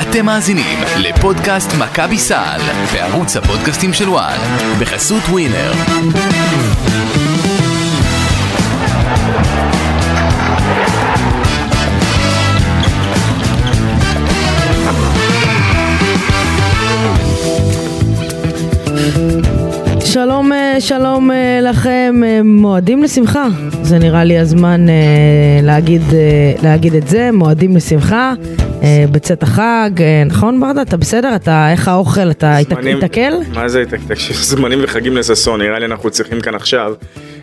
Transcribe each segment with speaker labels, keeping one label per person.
Speaker 1: אתם מאזינים לפודקאסט מכבי סל בערוץ הפודקאסטים של וואן בחסות ווינר.
Speaker 2: שלום, אה, שלום אה, לכם, אה, מועדים לשמחה. זה נראה לי הזמן אה, להגיד, אה, להגיד את זה, מועדים לשמחה, אה, בצאת החג, אה, נכון ברדה? אתה בסדר? אתה, איך האוכל? אתה התק-
Speaker 3: זמנים-
Speaker 2: התקל?
Speaker 3: מה זה התקתק? זמנים וחגים לששון, נראה לי אנחנו צריכים כאן עכשיו.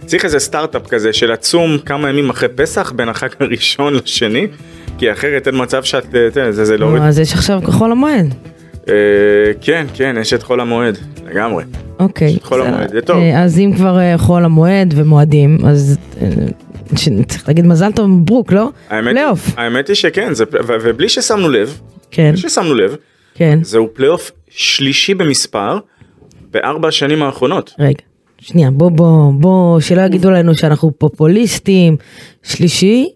Speaker 3: צריך איזה סטארט-אפ כזה של עצום כמה ימים אחרי פסח בין החג הראשון לשני, כי אחרת אין מצב שאת... אה, תראה, זה, זה לא...
Speaker 2: נו, אז יש עכשיו כחול המועד.
Speaker 3: אה, כן, כן, יש את חול המועד, לגמרי.
Speaker 2: אוקיי.
Speaker 3: חול
Speaker 2: בסדר.
Speaker 3: המועד, זה טוב.
Speaker 2: אה, אז אם כבר אה, חול המועד ומועדים, אז אה, ש- צריך להגיד מזל טוב מברוק, לא?
Speaker 3: האמת,
Speaker 2: פלייאוף.
Speaker 3: האמת היא שכן, זה, ו- ובלי ששמנו לב,
Speaker 2: כן,
Speaker 3: בלי ששמנו לב,
Speaker 2: כן.
Speaker 3: זהו פלייאוף שלישי במספר בארבע השנים האחרונות.
Speaker 2: רגע, שנייה, בוא, בוא, בוא, שלא יגידו לנו שאנחנו פופוליסטים. שלישי,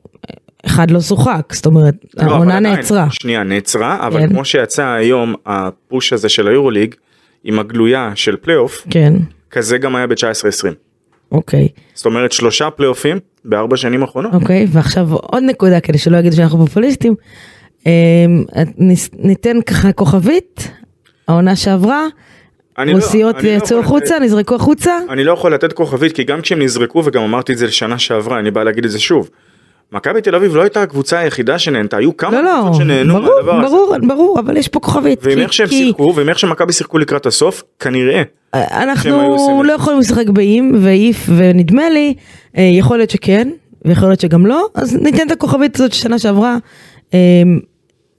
Speaker 2: אחד לא שוחק, זאת אומרת,
Speaker 3: לא, אבל
Speaker 2: העונה
Speaker 3: עדיין,
Speaker 2: נעצרה.
Speaker 3: שנייה נעצרה אבל
Speaker 2: כן.
Speaker 3: כמו שיצא היום הפוש הזה של היורוליג עם הגלויה של פלייאוף
Speaker 2: כן,
Speaker 3: כזה גם היה ב-19-20
Speaker 2: אוקיי,
Speaker 3: זאת אומרת שלושה פלייאופים בארבע שנים האחרונות.
Speaker 2: אוקיי, ועכשיו עוד נקודה כדי שלא יגידו שאנחנו פופוליסטים. אמ, את- נס- ניתן ככה כוכבית, העונה שעברה,
Speaker 3: אני לא-
Speaker 2: רוסיות
Speaker 3: אני לא
Speaker 2: יצאו
Speaker 3: יכול לתת-
Speaker 2: החוצה, נזרקו החוצה.
Speaker 3: אני לא יכול לתת כוכבית כי גם כשהם נזרקו וגם אמרתי את זה לשנה שעברה אני בא להגיד את זה שוב. מכבי תל אביב לא הייתה הקבוצה היחידה שנהנתה היו כמה
Speaker 2: לא, לא,
Speaker 3: קבוצות שנהנו
Speaker 2: ברור,
Speaker 3: מהדבר הזה.
Speaker 2: ברור, ברור, אבל יש פה כוכבית.
Speaker 3: ועם
Speaker 2: כי-
Speaker 3: איך שהם
Speaker 2: כי-
Speaker 3: שיחקו ועם איך שמכבי שיחקו לקראת הסוף כנראה שהם היו עושים
Speaker 2: אנחנו
Speaker 3: את
Speaker 2: לא
Speaker 3: זה.
Speaker 2: יכולים לשחק באם ואיף ונדמה לי, אה, יכול להיות שכן ויכול להיות שגם לא, אז ניתן את הכוכבית הזאת ששנה שעברה. אה,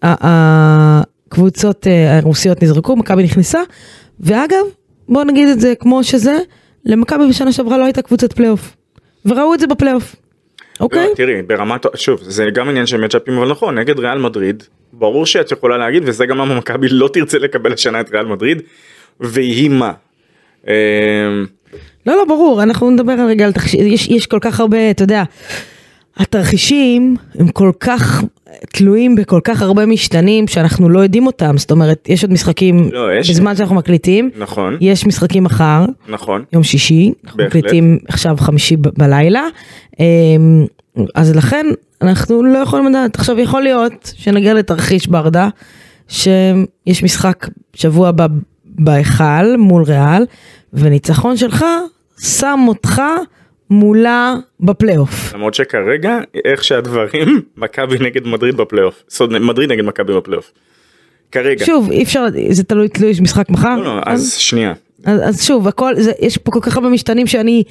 Speaker 2: ה- ה- הקבוצות אה, הרוסיות נזרקו, מכבי נכנסה, ואגב, בואו נגיד את זה כמו שזה, למכבי בשנה שעברה לא הייתה קבוצת פלייאוף, וראו את זה בפלייאוף, אוקיי?
Speaker 3: לא, תראי, ברמת, שוב, זה גם עניין של מצ'אפים, אבל נכון, נגד ריאל מדריד, ברור שאת יכולה להגיד, וזה גם למה מכבי לא תרצה לקבל השנה את ריאל מדריד, ויהי מה. אה,
Speaker 2: לא, לא, ברור, אנחנו נדבר על רגע על תחשיב, יש, יש כל כך הרבה, אתה יודע, התרחישים הם כל כך תלויים בכל כך הרבה משתנים שאנחנו לא יודעים אותם, זאת אומרת, יש עוד משחקים
Speaker 3: לא, יש.
Speaker 2: בזמן שאנחנו מקליטים,
Speaker 3: נכון,
Speaker 2: יש משחקים מחר,
Speaker 3: נכון.
Speaker 2: יום שישי, אנחנו
Speaker 3: בהחלט.
Speaker 2: מקליטים עכשיו חמישי ב- בלילה, אמ, אז לכן אנחנו לא יכולים לדעת, עכשיו יכול להיות שנגיע לתרחיש ברדה, שיש משחק שבוע הבא בהיכל מול ריאל, וניצחון שלך שם אותך מולה בפלייאוף.
Speaker 3: למרות שכרגע, איך שהדברים, מכבי נגד מדריד בפלייאוף. זאת אומרת, מדריד נגד מכבי בפלייאוף. כרגע.
Speaker 2: שוב, אי אפשר, זה תלוי תלוי משחק מחר.
Speaker 3: כן. לא, לא, אז שנייה.
Speaker 2: אז, אז שוב, הכל, זה, יש פה כל כך הרבה משתנים שאני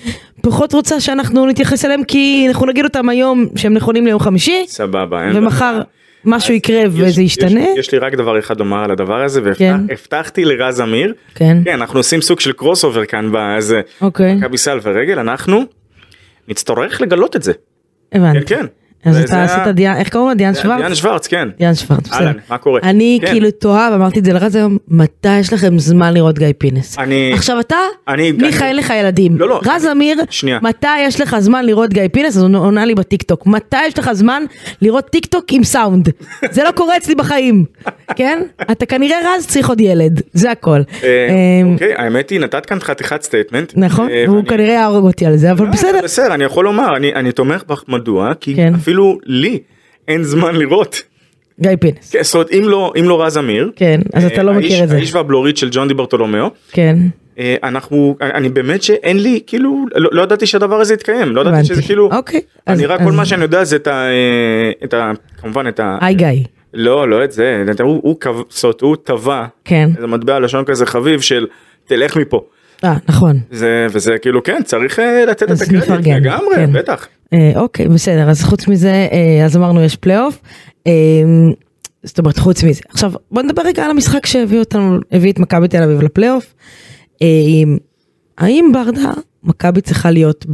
Speaker 2: פחות רוצה שאנחנו נתייחס אליהם, כי אנחנו נגיד אותם היום שהם נכונים ליום חמישי,
Speaker 3: סבבה. אין
Speaker 2: ומחר
Speaker 3: בעיה.
Speaker 2: משהו יקרה
Speaker 3: כן. יש-
Speaker 2: וזה ישתנה.
Speaker 3: יש, יש לי רק דבר אחד לומר על הדבר הזה,
Speaker 2: כן.
Speaker 3: והבטחתי לרז אמיר,
Speaker 2: כן.
Speaker 3: כן, אנחנו עושים סוג של קרוס אובר כאן, בזה,
Speaker 2: אוקיי,
Speaker 3: מכבי סל ורגל אנחנו נצטרך לגלות את זה. כן
Speaker 2: הבנתי.
Speaker 3: כן.
Speaker 2: אז
Speaker 3: זה-
Speaker 2: אתה
Speaker 3: זה ה-
Speaker 2: עשית דיאן, איך קוראים לו? דיאן
Speaker 3: זה
Speaker 2: שוורץ?
Speaker 3: דיאן שוורץ כן.
Speaker 2: דיאן שוורץ, בסדר.
Speaker 3: אהלן, מה קורה?
Speaker 2: אני
Speaker 3: כן.
Speaker 2: כאילו תוהה, ואמרתי את זה לרז היום, מתי יש לכם זמן לראות גיא פינס?
Speaker 3: אני-
Speaker 2: עכשיו אתה,
Speaker 3: אני-
Speaker 2: מיכאל
Speaker 3: אני-
Speaker 2: לך ילדים.
Speaker 3: לא, לא,
Speaker 2: רז אמיר,
Speaker 3: שנייה.
Speaker 2: מתי יש לך זמן לראות גיא פינס? אז הוא עונה לי בטיקטוק. מתי יש לך זמן לראות טיקטוק עם סאונד? זה לא קורה אצלי בחיים, כן? אתה כנראה רז צריך עוד ילד, זה הכל.
Speaker 3: אה,
Speaker 2: אמ,
Speaker 3: אוקיי האמת היא נתת כאן חתיכת סטייטמנט.
Speaker 2: נכון,
Speaker 3: אה,
Speaker 2: והוא
Speaker 3: ואני-
Speaker 2: כנראה יהרוג אותי על זה, אבל
Speaker 3: אה,
Speaker 2: בסדר.
Speaker 3: בסדר אני יכול לומר אני אני תומך בך מדוע כי
Speaker 2: כן.
Speaker 3: אפילו לי אין זמן לראות.
Speaker 2: גיא פינס.
Speaker 3: כן, זאת אומרת אם לא אם לא רז אמיר.
Speaker 2: כן, אז
Speaker 3: אה,
Speaker 2: אתה לא
Speaker 3: האיש-
Speaker 2: מכיר את זה.
Speaker 3: האיש והבלורית של ג'ון די ברטולומיאו.
Speaker 2: כן,
Speaker 3: אה, אנחנו אני באמת שאין לי כאילו לא לא ידעתי שהדבר הזה יתקיים לא ידעתי
Speaker 2: הבנתי.
Speaker 3: שזה כאילו.
Speaker 2: אוקיי.
Speaker 3: אני
Speaker 2: אז-
Speaker 3: רק
Speaker 2: אז-
Speaker 3: כל מה שאני יודע זה את ה... אה, את ה... כמובן את ה...
Speaker 2: היי גיא.
Speaker 3: לא, לא את זה, אתה- הוא- הוא קבע, זאת אומרת, הוא טבע,
Speaker 2: כן.
Speaker 3: איזה מטבע לשון כזה חביב של תלך מפה.
Speaker 2: אה, נכון.
Speaker 3: זה, וזה כאילו כן, צריך אה, לתת את
Speaker 2: אז
Speaker 3: הקרדיט,
Speaker 2: נפרגן,
Speaker 3: לגמרי,
Speaker 2: כן.
Speaker 3: בטח.
Speaker 2: אה, אוקיי, בסדר, אז חוץ מזה, אה, אז אמרנו יש פלייאוף. אה, זאת אומרת, חוץ מזה. עכשיו, בוא נדבר רגע על המשחק שהביא אותנו, הביא את מכבי תל אביב לפלייאוף. אה, האם ברדה, מכבי צריכה להיות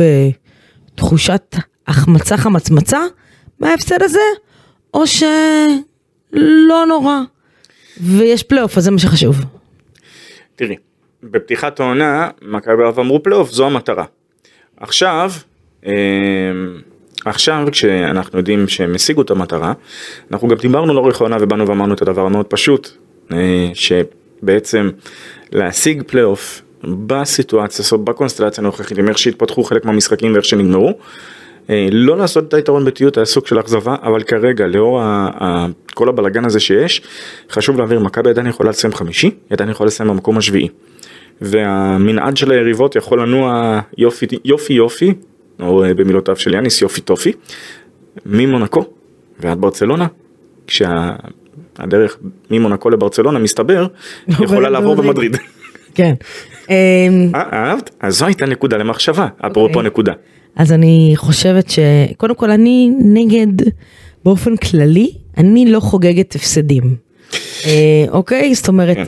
Speaker 2: בתחושת החמצה חמצמצה מההפסד הזה, או שלא נורא, ויש פלייאוף, אז זה מה שחשוב.
Speaker 3: תראי, בפתיחת העונה, מכבי אוהב אמרו פלייאוף, זו המטרה. עכשיו, אה, אמ, עכשיו כשאנחנו יודעים שהם השיגו את המטרה, אנחנו גם דיברנו לאורך העונה ובאנו ואמרנו את הדבר המאוד פשוט, אה, שבעצם להשיג פלייאוף בסיטואציה הזאת, בקונסטלציה הנוכחית, עם איך שהתפתחו חלק מהמשחקים ואיך שנגמרו, אה, לא לעשות את היתרון בטיוט היה סוג של אכזבה, אבל כרגע לאור ה- ה- כל הבלגן הזה שיש, חשוב להעביר מכבי עדיין יכולה לסיים חמישי, היא עדיין יכולה לסיים במקום השביעי. והמנעד של היריבות יכול לנוע יופי יופי יופי, או אה, במילותיו של יאניס יופי טופי, ממונקו ועד ברצלונה, כשהדרך ממונקו לברצלונה מסתבר, יכולה לעבור
Speaker 2: במדריד.
Speaker 3: במדריד.
Speaker 2: כן. אמ,
Speaker 3: אה, אהבת? אז זו הייתה נקודה למחשבה, אפרופו
Speaker 2: אוקיי.
Speaker 3: נקודה.
Speaker 2: אז אני חושבת שקודם כל אני נגד באופן כללי אני לא חוגגת הפסדים. אה, אוקיי זאת אומרת אה,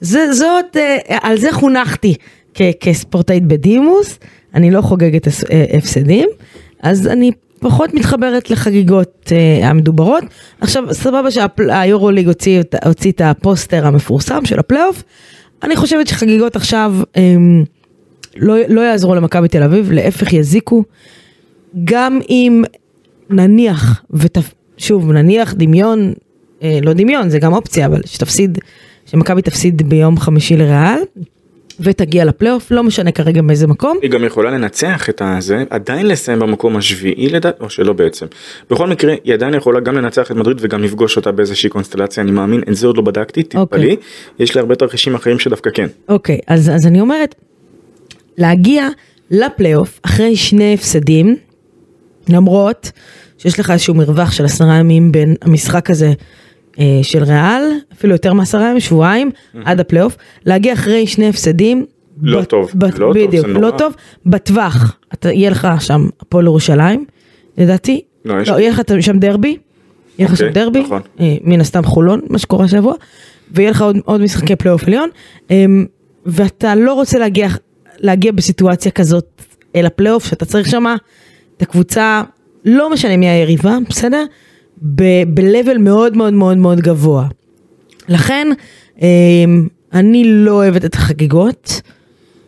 Speaker 2: זה זאת אה, על זה חונכתי כ- כספורטאית בדימוס אני לא חוגגת הס- אה, הפסדים אז אני פחות מתחברת לחגיגות אה, המדוברות עכשיו סבבה שהיורו ליג הוציא, את- הוציא את הפוסטר המפורסם של הפלייאוף אני חושבת שחגיגות עכשיו. אה, לא, לא יעזרו למכבי תל אביב, להפך יזיקו. גם אם נניח, ותפ... שוב נניח דמיון, אה, לא דמיון זה גם אופציה, אבל שתפסיד, שמכבי תפסיד ביום חמישי לריאל, ותגיע לפלייאוף, לא משנה כרגע מאיזה מקום.
Speaker 3: היא גם יכולה לנצח את הזה, עדיין לסיים במקום השביעי לדעת, או שלא בעצם. בכל מקרה, היא עדיין יכולה גם לנצח את מדריד וגם לפגוש אותה באיזושהי קונסטלציה, אני מאמין, את זה עוד לא בדקתי, תתפלאי,
Speaker 2: אוקיי.
Speaker 3: יש לי הרבה תרחישים אחרים שדווקא כן.
Speaker 2: אוקיי, אז, אז אני אומרת, להגיע לפלייאוף אחרי שני הפסדים, למרות שיש לך איזשהו מרווח של עשרה ימים בין המשחק הזה אה, של ריאל, אפילו יותר מעשרה ימים, שבועיים, עד הפלייאוף, להגיע אחרי שני הפסדים.
Speaker 3: לא טוב, לא טוב, זה
Speaker 2: בדיוק,
Speaker 3: נורא.
Speaker 2: לא טוב, בטווח, אתה, יהיה לך שם הפועל ירושלים, לדעתי,
Speaker 3: לא, יש-
Speaker 2: לא, יהיה לך שם דרבי, יהיה לך שם
Speaker 3: אוקיי,
Speaker 2: דרבי,
Speaker 3: נכון.
Speaker 2: אה, מן הסתם חולון, מה שקורה השבוע, ויהיה לך עוד, עוד משחקי פלייאוף עליון, אה, ואתה לא רוצה להגיע, להגיע בסיטואציה כזאת אל הפלייאוף, שאתה צריך שמה את הקבוצה, לא משנה מי היריבה, בסדר? ב-level מאוד מאוד מאוד מאוד גבוה. לכן, אה, אני לא אוהבת את החגיגות.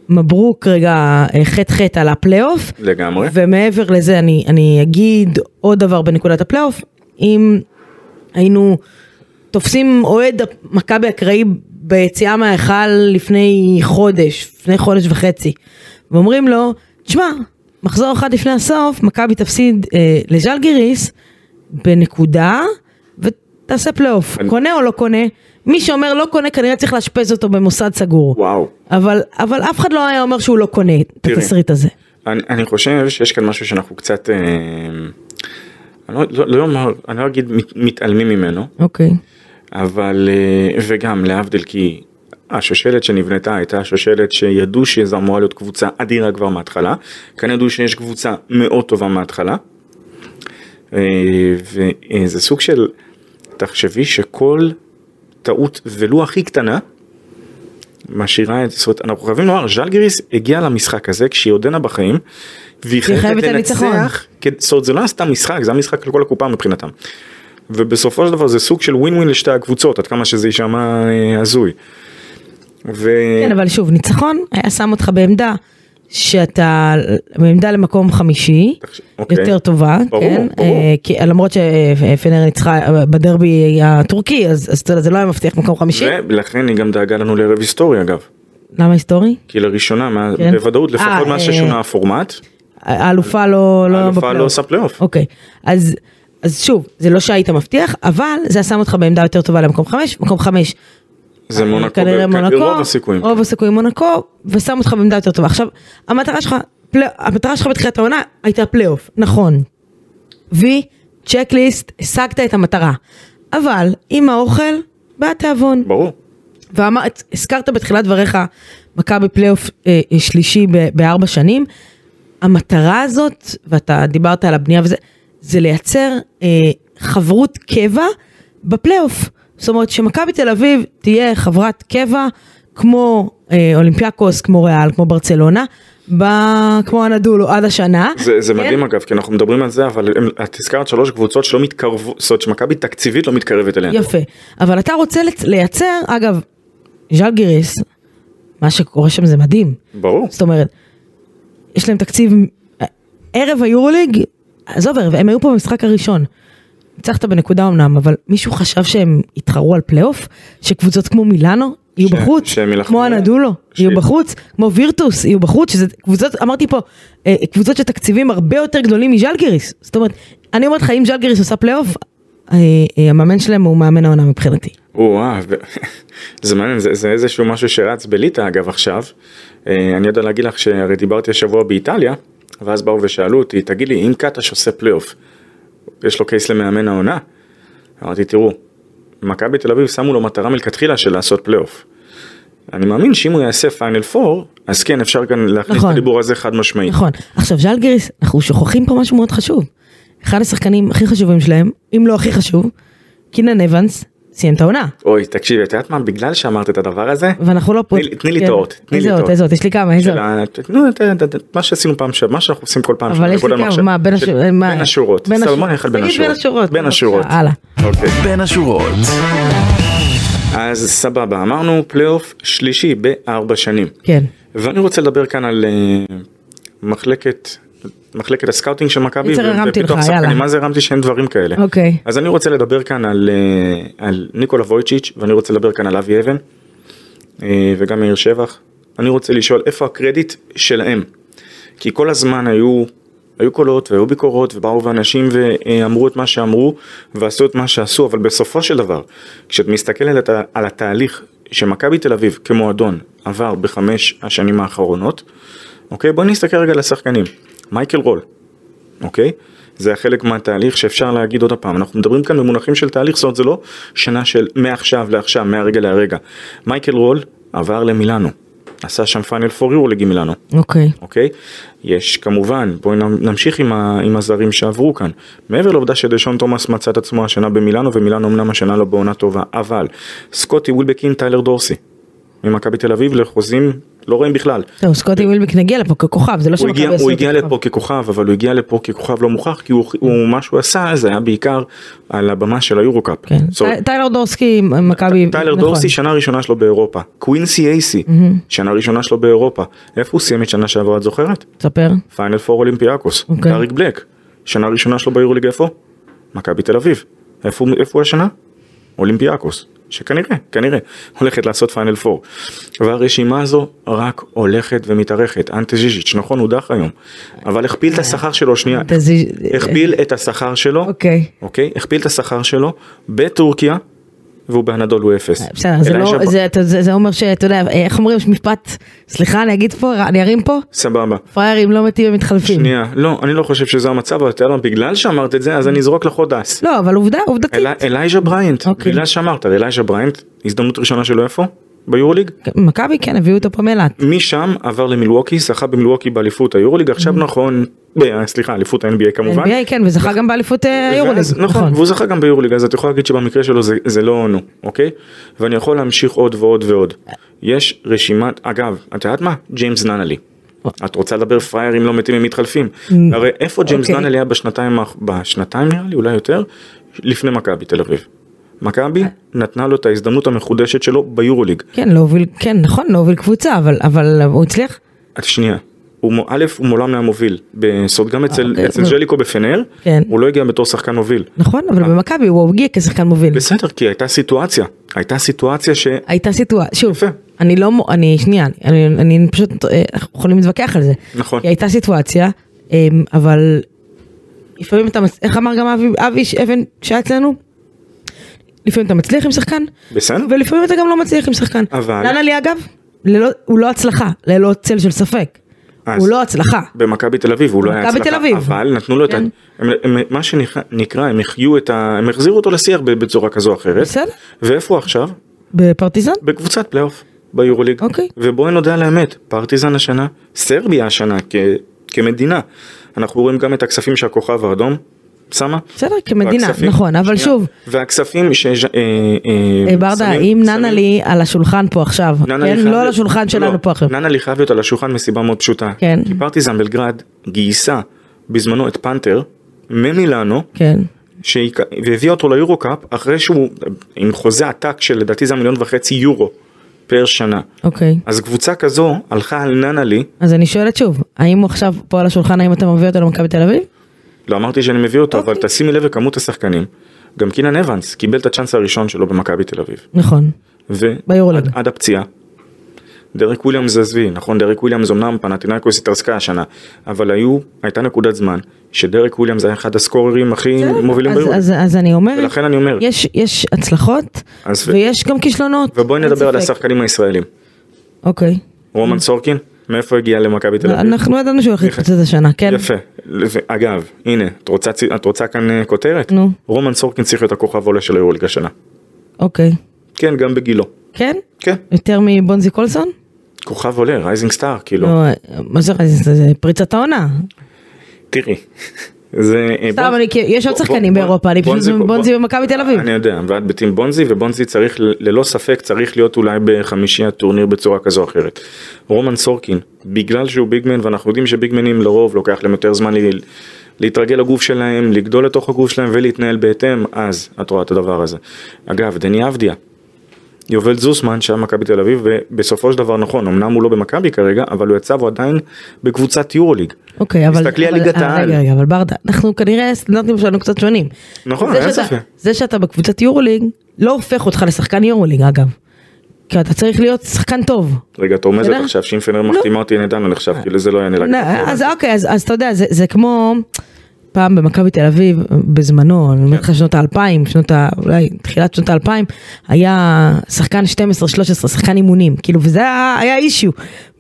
Speaker 2: מברוק רגע אה, חטא חטא על הפלייאוף.
Speaker 3: לגמרי.
Speaker 2: ומעבר לזה אני, אני אגיד עוד דבר בנקודת הפלייאוף, אם היינו תופסים אוהד מכבי אקראי ביציאה מההיכל לפני חודש, לפני חודש וחצי, ואומרים לו, תשמע, מחזור אחד לפני הסוף, מכבי תפסיד אה, לז'לגיריס בנקודה, ותעשה פלייאוף,
Speaker 3: אני-
Speaker 2: קונה או לא קונה, מי שאומר לא קונה כנראה צריך לאשפז אותו במוסד סגור,
Speaker 3: וואו.
Speaker 2: אבל, אבל אף אחד לא היה אומר שהוא לא קונה את
Speaker 3: תראי.
Speaker 2: התסריט הזה.
Speaker 3: אני, אני חושב שיש כאן משהו שאנחנו קצת, אה, אני לא, לא, לא, אומר- אני לא אגיד מת, מתעלמים ממנו,
Speaker 2: אוקיי.
Speaker 3: אבל אה, וגם להבדיל כי השושלת שנבנתה הייתה השושלת שידעו שזו אמורה להיות קבוצה אדירה כבר מההתחלה, כאן ידעו שיש קבוצה מאוד טובה מההתחלה, אה, וזה סוג של, תחשבי שכל טעות ולו הכי קטנה, משאירה את, זאת אומרת, אנחנו חייבים לומר, ז'לגריס הגיעה למשחק הזה כשהיא עודנה בחיים, והיא
Speaker 2: היא
Speaker 3: חייבת
Speaker 2: חייבת הניצחון.
Speaker 3: לנצח, כן, זאת אומרת, זה לא היה סתם משחק, זה היה משחק לכל הקופה מבחינתם. ובסופו של דבר זה סוג של ווין ווין לשתי הקבוצות, עד כמה שזה יישמע אה, הזוי. ו...
Speaker 2: כן, אבל שוב, ניצחון היה שם אותך בעמדה שאתה, בעמדה למקום חמישי,
Speaker 3: תחש- אוקיי.
Speaker 2: יותר טובה,
Speaker 3: ברור,
Speaker 2: כן,
Speaker 3: ברור.
Speaker 2: אה, כי- למרות שפנר ניצחה אה, בדרבי הטורקי, אז אז אתה יודע, זה לא היה מבטיח מקום חמישי,
Speaker 3: ולכן היא גם דאגה לנו לערב היסטורי אגב.
Speaker 2: למה היסטורי?
Speaker 3: כי לראשונה, מה-
Speaker 2: כן.
Speaker 3: בוודאות, לפחות
Speaker 2: אה,
Speaker 3: מאז
Speaker 2: אה,
Speaker 3: ששונה הפורמט,
Speaker 2: האלופה לא, לא,
Speaker 3: האלופה
Speaker 2: בפלייאוף.
Speaker 3: לא עושה פלייאוף.
Speaker 2: אוקיי, אז, אז שוב, זה לא שהיית מבטיח, אבל זה שם אותך בעמדה יותר טובה למקום חמש, מקום חמש
Speaker 3: זה מונקו,
Speaker 2: כנראה
Speaker 3: ב- כ-
Speaker 2: מונקו, אוקיי.
Speaker 3: רוב הסיכויים. כן.
Speaker 2: רוב הסיכויים מונקו, ושם אותך בעמדה יותר טובה. עכשיו, המטרה שלך, פלי, המטרה שלך בתחילת העונה הייתה פלייאוף, נכון. וי, צ'קליסט, השגת את המטרה. אבל עם האוכל, בא תיאבון.
Speaker 3: ברור.
Speaker 2: ואמרת, הזכרת בתחילת דבריך, מכבי פלייאוף אה, שלישי ב- בארבע שנים. המטרה הזאת, ואתה דיברת על הבנייה וזה, זה לייצר אה, חברות קבע בפלייאוף. זאת אומרת שמכבי תל אביב תהיה חברת קבע כמו אה, אולימפיאקוס, כמו ריאל, כמו ברצלונה, ב, כמו אנדולו עד השנה.
Speaker 3: זה, זה
Speaker 2: כן?
Speaker 3: מדהים אגב, כי אנחנו מדברים על זה, אבל הם- את הזכרת שלוש קבוצות שלא מתקרבות, זאת אומרת שמכבי תקציבית לא מתקרבת אליהן.
Speaker 2: יפה. אבל אתה רוצה לצ- לייצר, אגב, ז'לגיריס, מה שקורה שם זה מדהים.
Speaker 3: ברור.
Speaker 2: זאת אומרת, יש להם תקציב, ערב היורוליג עזוב, הם היו פה במשחק הראשון. ניצחת בנקודה אמנם, אבל מישהו חשב שהם יתחרו על פלייאוף? שקבוצות כמו מילאנו יהיו
Speaker 3: ש-
Speaker 2: בחוץ?
Speaker 3: שהם ילחמו.
Speaker 2: כמו אנדולו
Speaker 3: ש-
Speaker 2: יהיו בחוץ? כמו וירטוס יהיו בחוץ? שזה קבוצות, אמרתי פה, אה, קבוצות שתקציבים הרבה יותר גדולים מז'לגיריס. זאת אומרת, אני אומרת לך, אם ז'לגיריס עושה פלייאוף, אה, אה, המאמן שלהם הוא מאמן העונה מבחינתי.
Speaker 3: וואו, אה, זה מעניין, זה, זה איזשהו משהו שרץ בליטא אגב עכשיו. אה, אני יודע להגיד לך שהרי דיברתי השבוע באיטליה, ואז באו ושאלו אותי, תגיד לי, אם קטש עושה פלייאוף, יש לו קייס למאמן העונה? אמרתי, תראו, מכבי תל אביב שמו לו מטרה מלכתחילה של לעשות פלייאוף. אני מאמין שאם הוא יעשה פיינל 4, אז כן, אפשר כאן להכניס
Speaker 2: נכון.
Speaker 3: את הדיבור הזה חד משמעית.
Speaker 2: נכון. עכשיו ז'לגיריס, אנחנו שוכחים פה משהו מאוד חשוב. אחד השחקנים הכי חשובים שלהם, אם לא הכי חשוב, קינן אבנס, סיים את העונה.
Speaker 3: אוי, תקשיבי, את יודעת מה? בגלל שאמרת את הדבר הזה,
Speaker 2: ואנחנו לא פה...
Speaker 3: תני לי- תני לי את
Speaker 2: כן.
Speaker 3: האות, תני לי
Speaker 2: איזה
Speaker 3: את
Speaker 2: אות,
Speaker 3: האות.
Speaker 2: איזה אות, יש לי כמה, איזה
Speaker 3: של
Speaker 2: אות.
Speaker 3: ה- תנו את- את- את- מה שעשינו פעם שעברה, מה שאנחנו עושים כל פעם.
Speaker 2: אבל
Speaker 3: שעברה,
Speaker 2: יש
Speaker 3: כל
Speaker 2: לי
Speaker 3: הזמן
Speaker 2: כמה,
Speaker 3: עכשיו.
Speaker 2: מה, בין
Speaker 3: של-
Speaker 2: השורות?
Speaker 3: בין השורות.
Speaker 2: בין
Speaker 3: סלמון
Speaker 2: השורות.
Speaker 3: יחד בין
Speaker 2: תגיד בין
Speaker 3: השורות.
Speaker 2: השורות.
Speaker 3: בין
Speaker 2: בבקשה,
Speaker 3: השורות.
Speaker 2: הלאה.
Speaker 3: אוקיי.
Speaker 1: בין השורות.
Speaker 3: אז סבבה, אמרנו פלייאוף שלישי בארבע שנים.
Speaker 2: כן.
Speaker 3: ואני רוצה לדבר כאן על אה, מחלקת, מחלקת הסקאוטינג של מכבי.
Speaker 2: קיצר,
Speaker 3: ו-
Speaker 2: הרמתי
Speaker 3: ופיתוח
Speaker 2: לך,
Speaker 3: שחקנים.
Speaker 2: יאללה.
Speaker 3: מה זה הרמתי שאין דברים כאלה.
Speaker 2: אוקיי.
Speaker 3: אז אני רוצה לדבר כאן על, אה, על ניקולה וויצ'יץ' ואני רוצה לדבר כאן על אבי אבן אה, וגם מאיר שבח. אני רוצה לשאול איפה הקרדיט שלהם. כי כל הזמן היו, היו קולות והיו ביקורות ובאו ואנשים ואמרו את מה שאמרו ועשו את מה שעשו אבל בסופו של דבר כשאת מסתכלת על הת- על התהליך שמכבי תל אביב כמועדון עבר בחמש השנים האחרונות אוקיי בוא נסתכל רגע על השחקנים מייקל רול אוקיי? זה היה חלק מהתהליך שאפשר להגיד עוד הפעם, אנחנו מדברים כאן במונחים של תהליך, זאת אומרת, זה לא שנה של מעכשיו לעכשיו, מהרגע להרגע. מייקל רול עבר למילאנו, עשה שם פאנל פור יורליג עם מילאנו,
Speaker 2: אוקיי.
Speaker 3: אוקיי? יש כמובן, בואו נ- נמשיך עם, ה, עם הזרים שעברו כאן. מעבר לעובדה שדשון תומאס מצא את עצמו השנה במילאנו, ומילאנו אמנם השנה לא בעונה טובה, אבל סקוטי ווילבקין, טיילר דורסי, ממכבי תל אביב לחוזים לא רעים בכלל.
Speaker 2: טוב, סקוטי ווילבק נגיע לפה ככוכב, זה לא
Speaker 3: הוא
Speaker 2: שמכבי
Speaker 3: הגיע,
Speaker 2: עשו
Speaker 3: הוא
Speaker 2: אותו
Speaker 3: הגיע
Speaker 2: כוכב.
Speaker 3: לפה ככוכב אבל הוא הגיע לפה ככוכב לא מוכח כי הוא, הוא מה שהוא עשה זה היה בעיקר על הבמה של היורו קאפ.
Speaker 2: כן.
Speaker 3: So,
Speaker 2: טי- טיילר דורסקי, מכבי...
Speaker 3: טיילר
Speaker 2: נכון.
Speaker 3: דורסי שנה ראשונה שלו באירופה קווינסי אייסי שנה ראשונה שלו באירופה איפה הוא סיים את שנה שעברה את זוכרת?
Speaker 2: תספר.
Speaker 3: פיינל פור אולימפיאקוס
Speaker 2: אוקיי.
Speaker 3: דאריק בלק שנה ראשונה שלו ביורוליג איפה? מכבי תל אביב איפה, הוא- איפה הוא השנה? אולימפיאקוס שכנראה כנראה הולכת לעשות פיינל פור והרשימה הזו רק הולכת ומתארכת אנטה זיז'יץ' נכון הוא דח היום אבל הכפיל
Speaker 2: אה,
Speaker 3: את השכר שלו שנייה
Speaker 2: אתה זי-
Speaker 3: הכפיל את השכר שלו
Speaker 2: אוקיי.
Speaker 3: אוקיי הכפיל את השכר שלו בטורקיה והוא בהנדול הוא אפס.
Speaker 2: בסדר, זה
Speaker 3: אלא
Speaker 2: לא,
Speaker 3: יש-
Speaker 2: זה- אתה- זה זה אומר שאתה יודע, איך אומרים, יש משפט, סליחה, אני אגיד פה, אני ארים פה,
Speaker 3: סבבה.
Speaker 2: פראיירים לא מתים ומתחלפים.
Speaker 3: שנייה, לא, אני לא חושב שזה המצב, אבל אתה יודע מה, בגלל שאמרת את זה, אז אני אזרוק לך עוד אס.
Speaker 2: לא, אבל עובדה, עובדתית.
Speaker 3: אלי- אלייז'ה בריינט,
Speaker 2: אוקיי.
Speaker 3: בגלל שאמרת, הרי אלייז'ה בריינט, הזדמנות ראשונה שלו איפה? ביורוליג?
Speaker 2: מכבי כן, הביאו אותו פה מאילת.
Speaker 3: משם עבר למילווקי, זכה במילווקי באליפות היורוליג, עכשיו נכון, ב- סליחה, אליפות ה-NBA כמובן.
Speaker 2: NBA כן, וזכה גם באליפות אה, היורוליג.
Speaker 3: ואז- נכון, והוא זכה גם ביורוליג, אז אתה יכול להגיד שבמקרה שלו זה- זה לא נו, אוקיי? ואני יכול להמשיך עוד ועוד ועוד. יש רשימת, אגב, את יודעת מה? ג'יימס ננלי. את רוצה לדבר פריירים לא מתים הם מתחלפים. הרי איפה ג'יימס
Speaker 2: אוקיי.
Speaker 3: ננלי היה בשנתיים, האח- בשנתיים נראה לי, אולי יותר, לפני מכבי תל אביב. מכבי נתנה לו את ההזדמנות המחודשת שלו ביורוליג.
Speaker 2: כן, לא הוביל, כן, נכון, לא הוביל קבוצה, אבל, אבל הוא הצליח.
Speaker 3: את שנייה. הוא, מו- א', הוא מעולם היה מוביל, בסוד גם אצל,
Speaker 2: אוקיי,
Speaker 3: אצל
Speaker 2: נו.
Speaker 3: ז'ליקו בפנר,
Speaker 2: כן.
Speaker 3: הוא לא הגיע בתור שחקן מוביל.
Speaker 2: נכון, אבל
Speaker 3: אה.
Speaker 2: במכבי הוא הגיע כשחקן מוביל.
Speaker 3: בסדר, כי הייתה סיטואציה, הייתה סיטואציה ש...
Speaker 2: הייתה סיטואציה, שוב,
Speaker 3: יפה.
Speaker 2: אני לא, מו- אני, שנייה, אני, אני פשוט, אה, אנחנו יכולים להתווכח על זה.
Speaker 3: נכון.
Speaker 2: כי הייתה סיטואציה, אה, אבל לפעמים אתה, מצ- איך אמר גם אבי, אבי ש- אבן שהיה אצלנו? לפעמים אתה מצליח עם שחקן,
Speaker 3: בסדר.
Speaker 2: ולפעמים אתה גם לא מצליח עם שחקן.
Speaker 3: כן? אבל-
Speaker 2: לאן עלי אגב? ללא, הוא לא הצלחה, ללא צל של ספק.
Speaker 3: אה, אז-
Speaker 2: הוא לא הצלחה.
Speaker 3: במכבי תל אביב הוא לא היה
Speaker 2: במכבי תל
Speaker 3: הצלחה,
Speaker 2: אביב.
Speaker 3: אבל נתנו לו את ה...
Speaker 2: כן.
Speaker 3: הם, הם, מה שנקרא, הם החיו את ה... הם החזירו אותו לשיח ב- בצורה כזו או אחרת.
Speaker 2: בסדר.
Speaker 3: ואיפה הוא עכשיו?
Speaker 2: בפרטיזן?
Speaker 3: בקבוצת פלייאוף, ביורוליג.
Speaker 2: אוקיי.
Speaker 3: ובואי נודה על האמת, פרטיזן השנה, סרביה השנה כ, כמדינה. אנחנו רואים גם את הכספים שהכוכב האדום שמה.
Speaker 2: בסדר, כמדינה,
Speaker 3: והכספים-
Speaker 2: נכון, אבל
Speaker 3: שנייה.
Speaker 2: שוב,
Speaker 3: והכספים ש... אה, אה,
Speaker 2: אה, ברדה,
Speaker 3: שמים-
Speaker 2: אם
Speaker 3: שמים-
Speaker 2: ננלי על השולחן פה עכשיו,
Speaker 3: ננה
Speaker 2: כן?
Speaker 3: לי חייב
Speaker 2: לא על
Speaker 3: להיות-
Speaker 2: השולחן
Speaker 3: לא,
Speaker 2: שלנו פה עכשיו.
Speaker 3: ננה לי חייב להיות על השולחן מסיבה מאוד פשוטה.
Speaker 2: כן.
Speaker 3: כי פרטיזן בלגרד גייסה בזמנו את פנתר ממילאנו,
Speaker 2: כן.
Speaker 3: שהיא- והביאה אותו ליורו קאפ אחרי שהוא עם חוזה עתק של לדעתי זה היה מיליון וחצי יורו פר שנה.
Speaker 2: אוקיי,
Speaker 3: אז קבוצה כזו הלכה על ננה לי,
Speaker 2: אז אני שואלת שוב, האם הוא עכשיו פה על השולחן, האם אתה מביא אותו למכבי תל אביב?
Speaker 3: לא אמרתי שאני מביא אותו, אבל
Speaker 2: אוקיי.
Speaker 3: תשימי לב לכמות השחקנים. גם קינן אבנס קיבל את הצ'אנס הראשון שלו במכבי תל אביב.
Speaker 2: נכון. ביורוליג.
Speaker 3: ועד עד הפציעה. דרק וויליאמס עזבי, נכון דרק וויליאמס אמנם פנטינקוס התרסקה השנה, אבל היו, הייתה נקודת זמן שדרק וויליאמס היה אחד הסקוררים הכי מובילים
Speaker 2: אז-
Speaker 3: ביורוליג.
Speaker 2: אז- אז אני אומרת,
Speaker 3: ולכן אני אומר,
Speaker 2: יש- יש הצלחות
Speaker 3: אז ו-
Speaker 2: ויש גם כישלונות.
Speaker 3: ובואי
Speaker 2: אין
Speaker 3: נדבר על
Speaker 2: ספק.
Speaker 3: השחקנים הישראלים.
Speaker 2: אוקיי.
Speaker 3: רומן סורקין, מאיפה הגיע למכבי תל אביב?
Speaker 2: אנחנו ידענו שהוא הולך
Speaker 3: יפה.
Speaker 2: להתפוצץ השנה, כן?
Speaker 3: יפה. ו- אגב, הנה, את רוצה, צי- את רוצה כאן אה, כותרת?
Speaker 2: נו.
Speaker 3: רומן סורקין צריך להיות הכוכב עולה של היורוליג השנה.
Speaker 2: אוקיי.
Speaker 3: כן, גם בגילו.
Speaker 2: כן?
Speaker 3: כן.
Speaker 2: יותר מבונזי קולסון?
Speaker 3: כוכב עולה, רייזינג סטאר, כאילו.
Speaker 2: לא, מה זה זה- זה פריצת העונה.
Speaker 3: תראי. זה... אה,
Speaker 2: סתם,
Speaker 3: בונז-
Speaker 2: אני כי- יש עוד
Speaker 3: בוא-
Speaker 2: שחקנים
Speaker 3: בוא-
Speaker 2: באירופה, אני פשוט-
Speaker 3: בוא-
Speaker 2: בונזי
Speaker 3: בוא-
Speaker 2: במכבי תל אביב.
Speaker 3: אני יודע, ואת בטים בונזי, ובונזי צריך, ל- ללא ספק, צריך להיות אולי בחמישי הטורניר בצורה כזו או אחרת. רומן סורקין, בגלל שהוא ביגמן, ואנחנו יודעים שביגמנים לרוב לוקח להם יותר זמן ל- להתרגל לגוף שלהם, לגדול לתוך הגוף שלהם ולהתנהל בהתאם, אז את רואה את הדבר הזה. אגב, דני אבדיה, יובל זוסמן שהיה מכבי תל אביב ובסופו של דבר נכון אמנם הוא לא במכבי כרגע אבל הוא יצא והוא עדיין בקבוצת יורוליג.
Speaker 2: אוקיי, אבל...
Speaker 3: תסתכלי על
Speaker 2: אבל-
Speaker 3: ליגת
Speaker 2: אה,
Speaker 3: העל.
Speaker 2: רגע, רגע, אבל ברדה, אנחנו כנראה הסטנדרטים שלנו קצת שונים.
Speaker 3: נכון,
Speaker 2: זה
Speaker 3: אין
Speaker 2: שאתה-
Speaker 3: ספק.
Speaker 2: זה שאתה בקבוצת יורוליג, לא הופך אותך לשחקן יורוליג אגב. כי אתה צריך להיות שחקן טוב.
Speaker 3: רגע את רומזת
Speaker 2: בסדר?
Speaker 3: עכשיו שאם פנר
Speaker 2: לא.
Speaker 3: מחתימה אותי נדלמן עכשיו כאילו זה לא היה נראה.
Speaker 2: נא,
Speaker 3: ככה.
Speaker 2: אז אוקיי, אז אז אתה יודע, זה- זה כמו פעם במכבי תל אביב, בזמנו, אני אומרת לך שנות האלפיים, שנות ה... אולי תחילת שנות האלפיים, היה שחקן 12-13, שחקן אימונים, כאילו, וזה היה- היה אישיו.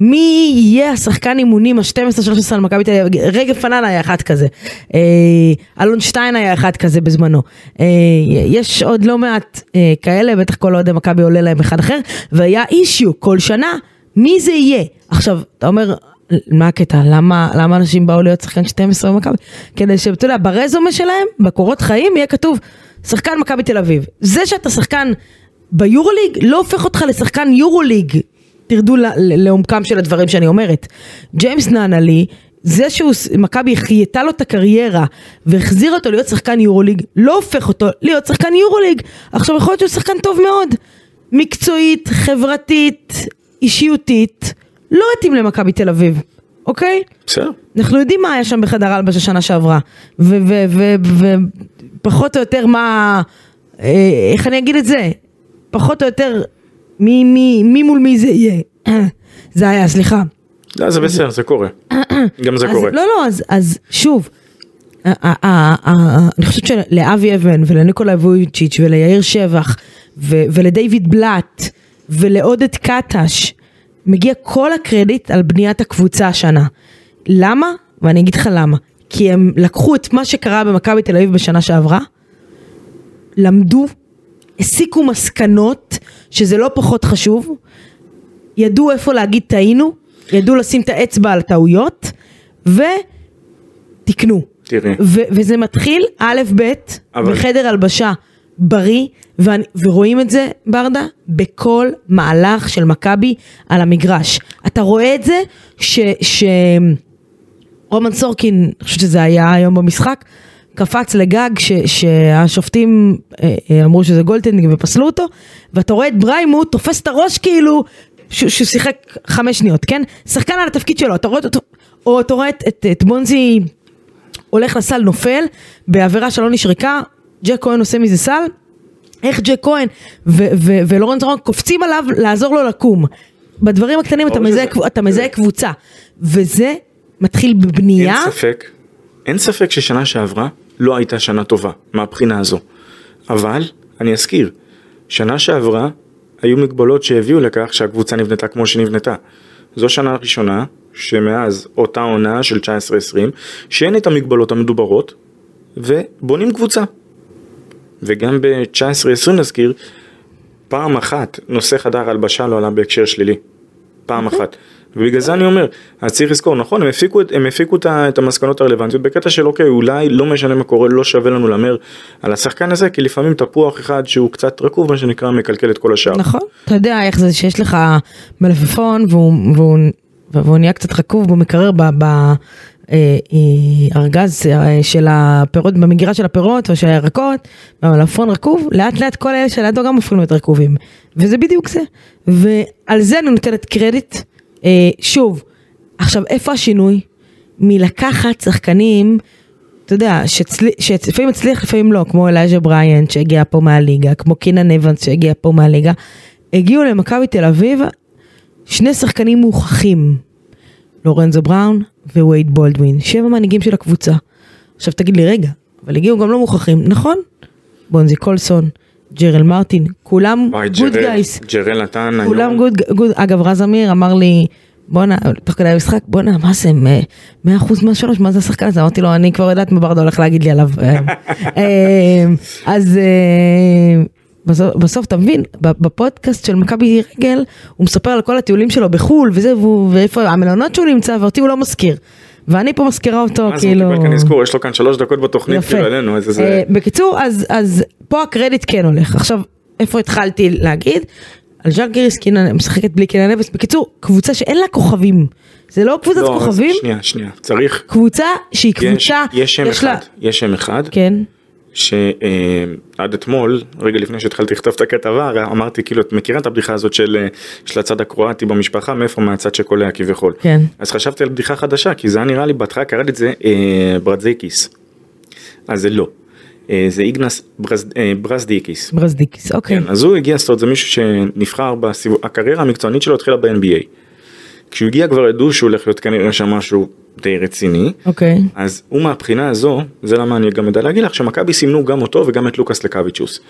Speaker 2: מי יהיה השחקן אימונים ה-12-13 על מכבי תל אביב? רגב פנן היה אחד כזה, אה, אלון שטיין היה אחד כזה בזמנו. אה, יש עוד לא מעט אה, כאלה, בטח כל אוהדי מכבי עולה להם אחד אחר, והיה אישיו כל שנה. מי זה יהיה? עכשיו, אתה אומר, מה הקטע? למה, למה אנשים באו להיות שחקן 12 במכבי? כדי שאתה יודע, ברזומה שלהם, בקורות חיים, יהיה כתוב, שחקן מכבי תל אביב. זה שאתה שחקן ביורוליג, לא הופך אותך לשחקן יורוליג. תרדו ל- ל- לעומקם של הדברים שאני אומרת. ג'יימס נענלי, זה שהוא, ס- מכבי חייתה לו את הקריירה והחזירה אותו להיות שחקן יורוליג, לא הופך אותו להיות שחקן יורוליג. עכשיו יכול להיות שהוא שחקן טוב מאוד. מקצועית, חברתית, אישיותית, לא התאים למכבי תל אביב, אוקיי?
Speaker 3: בסדר.
Speaker 2: אנחנו יודעים מה היה שם בחדר הלבשה שנה שעברה, ופחות או יותר מה, אה, איך אני אגיד את זה? פחות או יותר מי, מי, מי מול מי זה יהיה. זה היה, סליחה.
Speaker 3: לא, זה בסדר זה קורה. גם זה
Speaker 2: אז,
Speaker 3: קורה.
Speaker 2: לא, לא, אז, אז שוב, ה- ה- ה- ה- אני חושבת שלאבי אבן ולניקולאי וויצ'יץ' וליאיר שבח ו- ולדיוויד בלאט ולעודד קטש מגיע כל הקרדיט על בניית הקבוצה השנה. למה? ואני אגיד לך למה. כי הם לקחו את מה שקרה במכבי תל אביב בשנה שעברה, למדו, הסיקו מסקנות, שזה לא פחות חשוב, ידעו איפה להגיד טעינו, ידעו לשים את האצבע על טעויות, ותיקנו.
Speaker 3: תראי.
Speaker 2: ו- וזה מתחיל א' ב'
Speaker 3: אבל-
Speaker 2: בחדר הלבשה בריא, ואני, ורואים את זה, ברדה, בכל מהלך של מכבי על המגרש. אתה רואה את זה ש... ש- רומן סורקין, אני חושבת שזה היה היום במשחק, קפץ לגג ש, שהשופטים אה, אה, אמרו שזה גולדטנדינג ופסלו אותו, ואתה רואה את בריימוט תופס את הראש כאילו, שהוא שהוא שיחק חמש שניות, כן? שחקן על התפקיד שלו, אתה רואה אותו, או אתה רואה את, את, את בונזי הולך לסל נופל, בעבירה שלא נשרקה, ג'ק כהן עושה מזה סל, איך ג'ק כהן ו- ו- ולורנס רון קופצים עליו לעזור לו לקום. בדברים הקטנים אתה
Speaker 3: ברור
Speaker 2: מזהה,
Speaker 3: שזה-
Speaker 2: קב- אתה מזהה קבוצה, וזה מתחיל בבנייה.
Speaker 3: אין ספק, אין ספק ששנה שעברה לא הייתה שנה טובה מהבחינה הזו. אבל אני אזכיר, שנה שעברה היו מגבלות שהביאו לכך שהקבוצה נבנתה כמו שנבנתה. זו שנה ראשונה שמאז אותה עונה של 19-20 שאין את המגבלות המדוברות ובונים קבוצה. וגם ב-19-20 נזכיר, פעם אחת נושא חדר הלבשה לא עלה בהקשר שלילי. פעם
Speaker 2: אוקיי.
Speaker 3: אחת. ובגלל זה אני אומר, אז צריך לזכור, נכון, הם הפיקו, את- הם הפיקו את ה- את המסקנות הרלוונטיות בקטע של אוקיי, אולי לא משנה מה קורה, לא שווה לנו להמר על השחקן הזה, כי לפעמים תפוח אחד שהוא קצת רקוב, מה שנקרא, מקלקל את כל השאר.
Speaker 2: נכון, אתה יודע איך זה שיש לך מלפפון והוא, והוא, והוא נהיה קצת רקוב במקרר ב- ב- אה, אה, ארגז אה, של הפירות, במגירה של הפירות או של הירקות, והמלפפון רקוב, לאט לאט כל אלה שלידו גם הופכים להיות רקובים. וזה בדיוק זה. ועל זה אני נותנת קרדיט. אה, שוב, עכשיו איפה השינוי? מלקחת שחקנים אתה יודע, שצלי- שלפעמים הצליח, לפעמים לא, כמו אלייז'ה בריאן שהגיע פה מהליגה, כמו קינן אבנס שהגיע פה מהליגה, הגיעו למכבי תל אביב שני שחקנים מוכחים, לורנזו בראון ווייד בולדווין, שבע מנהיגים של הקבוצה. עכשיו תגיד לי, רגע, אבל הגיעו גם לא מוכחים, נכון? בונזי קולסון, ג'רל מרטין, כולם
Speaker 3: וואי,
Speaker 2: גוד
Speaker 3: ג'רל-
Speaker 2: גייס.
Speaker 3: ג'רל נתן לא-
Speaker 2: כולם
Speaker 3: היום-
Speaker 2: גוד, גוד, אגב רז אמיר אמר לי בואנה, תוך כדי המשחק, בואנה, מה זה, מ- 100% מהשלוש, מה זה השחקן הזה? אמרתי לו, אני כבר יודעת מה ברדה הולך להגיד לי עליו. היום." אה, אז אה, בסוף, בסוף, אתה מבין, ב- בפודקאסט של מכבי רגל, הוא מספר על כל הטיולים שלו בחו"ל, וזה, והוא- ואיפה המלונות שהוא נמצא, ואותי הוא לא מזכיר. ואני פה מזכירה אותו,
Speaker 3: אז הוא
Speaker 2: כאילו...
Speaker 3: קיבל כאן אזכור, יש לו כאן שלוש דקות בתוכנית,
Speaker 2: יפה.
Speaker 3: כאילו עלינו, איזה זה...
Speaker 2: אה, בקיצור, אז, אז פה הקרדיט כן הולך. עכשיו, איפה התחלתי להגיד? על ז'אנגריס קינן, משחקת בלי קינן אבס. בקיצור, קבוצה שאין לה כוכבים. זה לא קבוצת
Speaker 3: לא,
Speaker 2: כוכבים,
Speaker 3: שנייה, שנייה, צריך...
Speaker 2: קבוצה שהיא
Speaker 3: יש-
Speaker 2: קבוצה,
Speaker 3: יש שם
Speaker 2: לה...
Speaker 3: אחד, יש שם אחד,
Speaker 2: כן,
Speaker 3: שעד אתמול, רגע לפני שהתחלתי לכתוב את הכתבה, הרי אמרתי כאילו, את מכירה את הבדיחה הזאת של אה, של הצד הקרואטי במשפחה, מאיפה מהצד שקולע כביכול.
Speaker 2: כן.
Speaker 3: אז חשבתי על בדיחה חדשה, כי זה היה נראה לי, בהתחלה קראתי את זה אה, ברזיקיס. אז זה לא. אה, זה איגנס ברז- אה, ברזדיקיס.
Speaker 2: ברזדיקיס, אוקיי.
Speaker 3: כן, אז הוא הגיע, זאת אומרת, זה מישהו שנבחר בסיבוב, הקריירה המקצוענית שלו התחילה ב-NBA. כשהוא הגיע כבר ידעו שהוא הולך להיות כנראה שם משהו די רציני.
Speaker 2: אוקיי,
Speaker 3: אז הוא מהבחינה הזו, זה למה אני גם יודע להגיד לך, שמכבי סימנו גם אותו וגם את לוקאס לקוויצ'וס.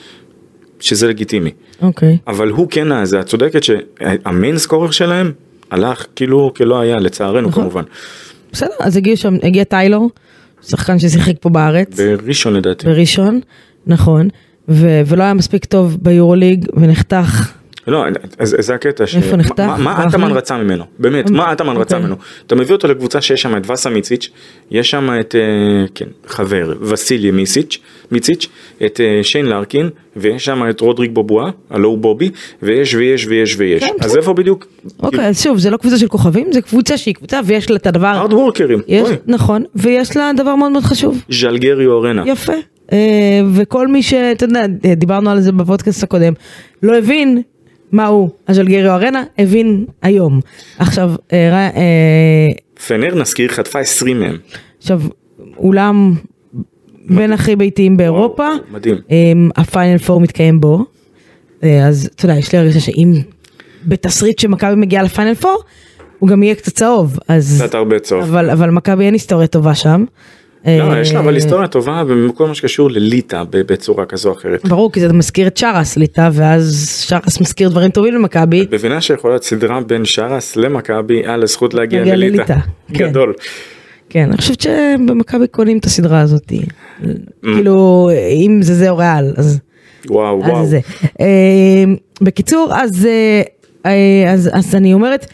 Speaker 3: שזה לגיטימי.
Speaker 2: אוקיי.
Speaker 3: אבל הוא כן, אז את צודקת שהמיין סקורר שלהם הלך כאילו כלא היה, לצערנו
Speaker 2: נכון.
Speaker 3: כמובן.
Speaker 2: בסדר, אז הגיעו שם, הגיע טיילור, שחקן ששיחק פה בארץ.
Speaker 3: בראשון לדעתי.
Speaker 2: בראשון, נכון. ו- ולא היה מספיק טוב ביורוליג, ונחתך.
Speaker 3: לא, אז אז זה הקטע. ש-
Speaker 2: איפה נחתך?
Speaker 3: מה- מה
Speaker 2: ברח
Speaker 3: אטמן
Speaker 2: לי?
Speaker 3: רצה ממנו? באמת, מה אטמן רצה
Speaker 2: אוקיי.
Speaker 3: ממנו? אתה מביא אותו לקבוצה שיש שם את וסה מיציץ', יש שם את, אה, כן, חבר, וסילי מיסיץ', מיציץ', את אה, שיין לארקין, ויש שם את רודריק בובואה, הלו הוא בובי, ויש ויש ויש ויש.
Speaker 2: כן,
Speaker 3: אז איפה בדיוק?
Speaker 2: אוקיי, אז שוב, זה לא קבוצה של כוכבים, זה קבוצה שהיא קבוצה ויש לה את הדבר
Speaker 3: הארד וורקרים,
Speaker 2: יש,
Speaker 3: אוי,
Speaker 2: נכון, ויש לה דבר מאוד מאוד חשוב,
Speaker 3: ז'לגריו ארנה.
Speaker 2: יפה. אה, וכל מי שאתה יודע, אה, דיברנו על זה בפודקאסט הקודם, לא הבין מה הוא הז'לגריו ארנה, הבין היום. עכשיו, אה, ר- אה,
Speaker 3: פנר נזכיר חטפה 20 מהם.
Speaker 2: עכשיו, אולם בין הכי ביתיים באירופה,
Speaker 3: מדהים.
Speaker 2: אה, הפיינל פור מתקיים בו, אה, אז אתה יודע, יש לי הרגשה שאם בתסריט שמכבי מגיעה לפיינל פור, הוא גם יהיה קצת צהוב, אז...
Speaker 3: קצת הרבה צהוב.
Speaker 2: אבל אבל מכבי אין היסטוריה טובה שם.
Speaker 3: לא, יש לה אבל
Speaker 2: אה,
Speaker 3: היסטוריה טובה בכל מה שקשור לליטא ב- בצורה כזו או אחרת.
Speaker 2: ברור כי זה מזכיר את שרס ליטא ואז שרס מזכיר דברים טובים למכבי.
Speaker 3: את מבינה שיכולה להיות סדרה בין שרס למכבי על הזכות להגיע
Speaker 2: להגיע
Speaker 3: לליטא.
Speaker 2: לליטא, כן.
Speaker 3: גדול.
Speaker 2: כן אני חושבת שבמכבי קונים את הסדרה הזאת.
Speaker 3: Mm.
Speaker 2: כאילו אם זה זה או ריאל אז
Speaker 3: וואו
Speaker 2: אז
Speaker 3: וואו.
Speaker 2: זה. אה, בקיצור אז אה, אה, אז אז אני אומרת.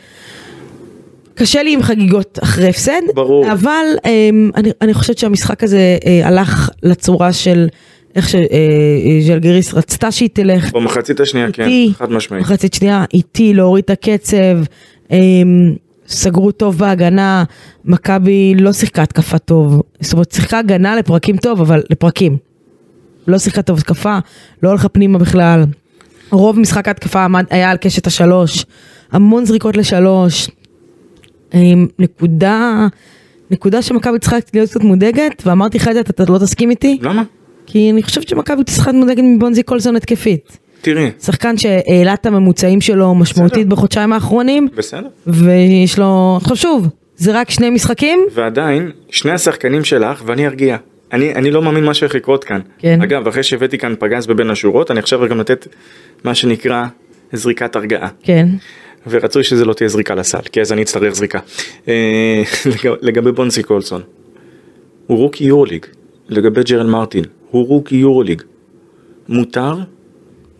Speaker 2: קשה לי עם חגיגות אחרי הפסד,
Speaker 3: ברור.
Speaker 2: אבל אמ, אני, אני חושבת שהמשחק הזה אה, הלך לצורה של איך שז'לגריס רצתה שהיא
Speaker 3: נכון.
Speaker 2: תלך,
Speaker 3: במחצית השנייה כן,
Speaker 2: איטי,
Speaker 3: חד משמעית.
Speaker 2: מחצית שנייה איטי להוריד את הקצב, אמ, סגרו טוב בהגנה, מכבי לא שיחקה התקפה טוב, זאת אומרת שיחקה הגנה לפרקים טוב, אבל לפרקים. לא שיחקה טוב התקפה, לא הלכה פנימה בכלל. רוב משחק ההתקפה עמד, היה על קשת השלוש, המון זריקות לשלוש. אמ, נקודה, נקודה שמכבי צריכה להיות קצת מודאגת, ואמרתי לך את זה, אתה- אתה לא תסכים איתי,
Speaker 3: למה?
Speaker 2: כי אני חושבת שמכבי צריכה להיות מודאגת מבונזי קולסון התקפית.
Speaker 3: תראי.
Speaker 2: שחקן שהעלה את הממוצעים שלו משמעותית
Speaker 3: בסדר.
Speaker 2: בחודשיים האחרונים,
Speaker 3: בסדר.
Speaker 2: ויש לו, עכשיו שוב, זה רק שני משחקים,
Speaker 3: ועדיין שני השחקנים שלך ואני ארגיע. אני, אני לא מאמין מה שהולך לקרות כאן.
Speaker 2: כן.
Speaker 3: אגב, אחרי שהבאתי כאן פגז בבין השורות, אני עכשיו גם לתת מה שנקרא זריקת הרגעה.
Speaker 2: כן,
Speaker 3: ורצוי שזה לא תהיה זריקה לסל, כי אז אני אצטרך זריקה. אה, לגב- לגבי בונסי קולסון, הוא רוקי יורוליג. לגבי ג'רל מרטין, הוא רוקי יורוליג. מותר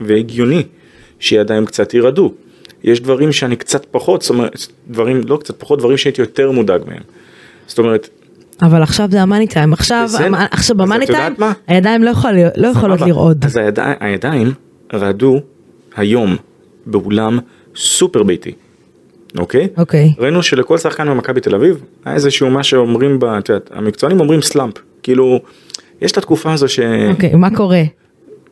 Speaker 3: והגיוני שידיים קצת ירעדו. יש דברים שאני קצת פחות, זאת אומרת, דברים, לא קצת פחות, דברים שהייתי יותר מודאג מהם. זאת אומרת,
Speaker 2: אבל עכשיו זה המאני טיים, עכשיו,
Speaker 3: בסדר.
Speaker 2: המ- עכשיו
Speaker 3: אז את
Speaker 2: במאני
Speaker 3: יודעת
Speaker 2: טיים,
Speaker 3: מה?
Speaker 2: הידיים לא יכולות- לא יכולות
Speaker 3: סבבה.
Speaker 2: לרעוד,
Speaker 3: אז היד... הידיים רעדו היום באולם סופר ביתי, אוקיי?
Speaker 2: אוקיי,
Speaker 3: ראינו שלכל שחקן במכבי תל אביב היה איזשהו מה שאומרים, ב- את יודעת, המקצוענים אומרים סלאמפ, כאילו, יש את התקופה הזו ש...
Speaker 2: אוקיי, מה קורה?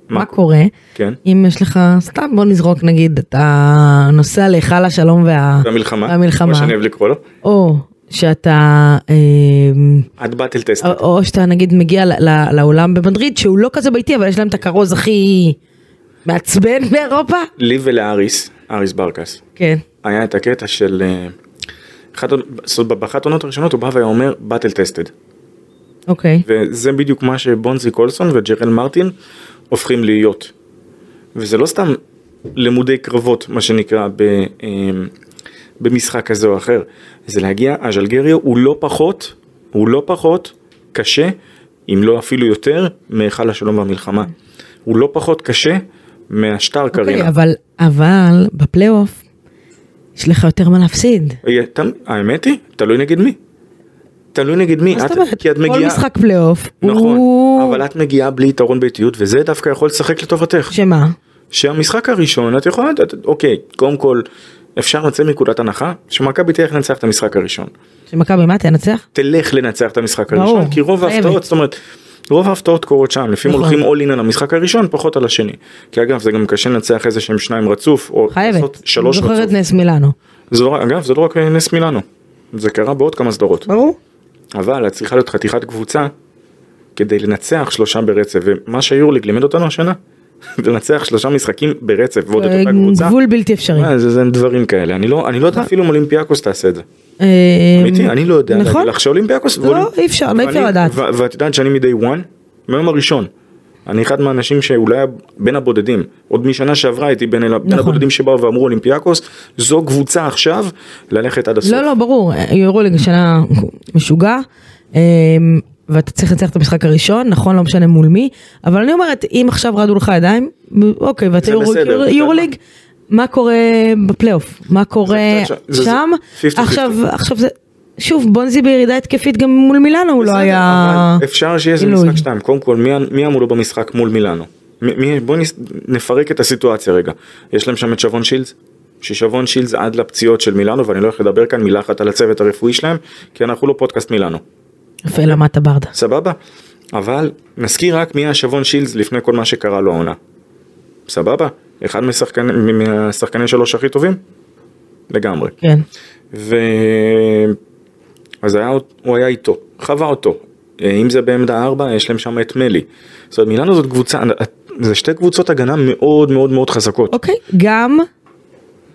Speaker 2: מה קורה?
Speaker 3: כן.
Speaker 2: אם יש לך, סתם בוא נזרוק נגיד, אתה נוסע להיכל השלום וה...
Speaker 3: במלחמה,
Speaker 2: והמלחמה.
Speaker 3: כמו שאני אוהב לקרוא לו,
Speaker 2: או שאתה, אמ,
Speaker 3: את באטל טסט.
Speaker 2: או- או שאתה נגיד מגיע ל- ל- לאולם במדריד שהוא לא כזה ביתי אבל יש להם את הכרוז הכי מעצבן באירופה.
Speaker 3: לי ולאריס, אריס ברקס,
Speaker 2: כן.
Speaker 3: היה את הקטע של... אה, אחת- זאת אומרת, באחת העונות הראשונות הוא בא והיה אומר באטל טסטד.
Speaker 2: אוקיי.
Speaker 3: וזה בדיוק מה שבונזי קולסון וג'רל מרטין הופכים להיות. וזה לא סתם לימודי קרבות מה שנקרא ב, אמ, במשחק כזה או אחר, זה להגיע, הז'לגריו הוא לא פחות, הוא לא פחות קשה, אם לא אפילו יותר, מהיכל השלום והמלחמה. הוא לא פחות קשה מהשטר
Speaker 2: אוקיי,
Speaker 3: קרינה.
Speaker 2: אבל אבל בפלייאוף יש לך יותר מה להפסיד.
Speaker 3: אה, ת- האמת היא, תלוי נגד מי. תלוי נגד מי,
Speaker 2: מה
Speaker 3: את-
Speaker 2: זאת אומרת?
Speaker 3: כי את
Speaker 2: כל
Speaker 3: מגיעה,
Speaker 2: משחק פלייאוף
Speaker 3: נכון,
Speaker 2: הוא...
Speaker 3: אבל את מגיעה בלי יתרון ביתיות וזה דווקא יכול לשחק לטובתך.
Speaker 2: שמה?
Speaker 3: שהמשחק הראשון את יכולה לדעת, אוקיי, קודם כל אפשר לצאת מנקודת הנחה שמכבי תלך לנצח את המשחק הראשון.
Speaker 2: שמכבי מה תנצח?
Speaker 3: תלך לנצח את המשחק
Speaker 2: ברור,
Speaker 3: הראשון, כי רוב
Speaker 2: חייבת.
Speaker 3: ההפתעות, זאת אומרת, רוב ההפתעות קורות שם, לפעמים
Speaker 2: נכון.
Speaker 3: הולכים all in על המשחק הראשון, פחות על השני. כי אגב, זה גם קשה לנצח איזה שהם שניים רצוף, או
Speaker 2: חייבת.
Speaker 3: לעשות שלוש
Speaker 2: אני זוכרת
Speaker 3: רצוף.
Speaker 2: נס מילאנו.
Speaker 3: זה לא, אגב, זה לא רק נס מילאנו, זה קרה בעוד כמה סדרות.
Speaker 2: ברור.
Speaker 3: אבל את צריכה להיות חתיכת קבוצה כדי לנצח שלושה ברצף ומה שיורליג לימד אותנו השנה לנצח שלושה משחקים ברצף ועוד את אותה קבוצה.
Speaker 2: גבול בלתי אפשרי.
Speaker 3: מה, זה, זה דברים כאלה אני לא אני לא יודע אפילו אם אולימפיאקוס תעשה את זה
Speaker 2: אה,
Speaker 3: אמיתי אני לא יודע
Speaker 2: נכון.
Speaker 3: להגיד לך שאולימפיאקוס
Speaker 2: לא,
Speaker 3: ואולימפ-
Speaker 2: אי אפשר, לא אי אפשר
Speaker 3: ואני-
Speaker 2: לדעת.
Speaker 3: ו- ואת יודעת שאני מ-day one מהיום הראשון. אני אחד מהאנשים שאולי בין הבודדים עוד משנה שעברה הייתי בין, אל- בין
Speaker 2: נכון.
Speaker 3: הבודדים שבאו ואמרו אולימפיאקוס זו קבוצה עכשיו ללכת עד הסוף.
Speaker 2: לא לא ברור יורוליג השנה משוגע אמ, ואתה צריך לנצח את המשחק הראשון נכון לא משנה מול מי אבל אני אומרת אם עכשיו רעדו לך ידיים אוקיי ואתה
Speaker 3: זה
Speaker 2: יורו-
Speaker 3: בסדר,
Speaker 2: יורו-
Speaker 3: אתה יודע
Speaker 2: יורוליג. מה קורה בפלייאוף מה קורה
Speaker 3: קצת ש- זה- זה-
Speaker 2: שם
Speaker 3: 50-50.
Speaker 2: עכשיו עכשיו זה שוב בונזי בירידה התקפית גם מול מילאנו הוא לא
Speaker 3: בסדר,
Speaker 2: היה
Speaker 3: אבל אפשר שיהיה איזה
Speaker 2: עילוי.
Speaker 3: משחק שתיים, קודם כל מי, מי אמור לו במשחק מול מילאנו? מ- מי, בוא נס, נפרק את הסיטואציה רגע, יש להם שם את שבון שילדס? ששבון שילדס עד לפציעות של מילאנו ואני לא הולך לדבר כאן מילה אחת על הצוות הרפואי שלהם כי אנחנו לא פודקאסט מילאנו,
Speaker 2: יפה למדת ברדה
Speaker 3: סבבה? אבל נזכיר רק מי היה שבון שילדס לפני כל מה שקרה לו העונה, סבבה? אחד משחקני, מהשחקנים שלוש הכי טובים? לגמרי.
Speaker 2: כן
Speaker 3: ו... אז היה, הוא היה איתו, חווה אותו. אה, אם זה בעמדה 4, יש להם שם את מלי. זאת אומרת, מילאנו זאת קבוצה, זה שתי קבוצות הגנה מאוד מאוד מאוד חזקות.
Speaker 2: אוקיי גם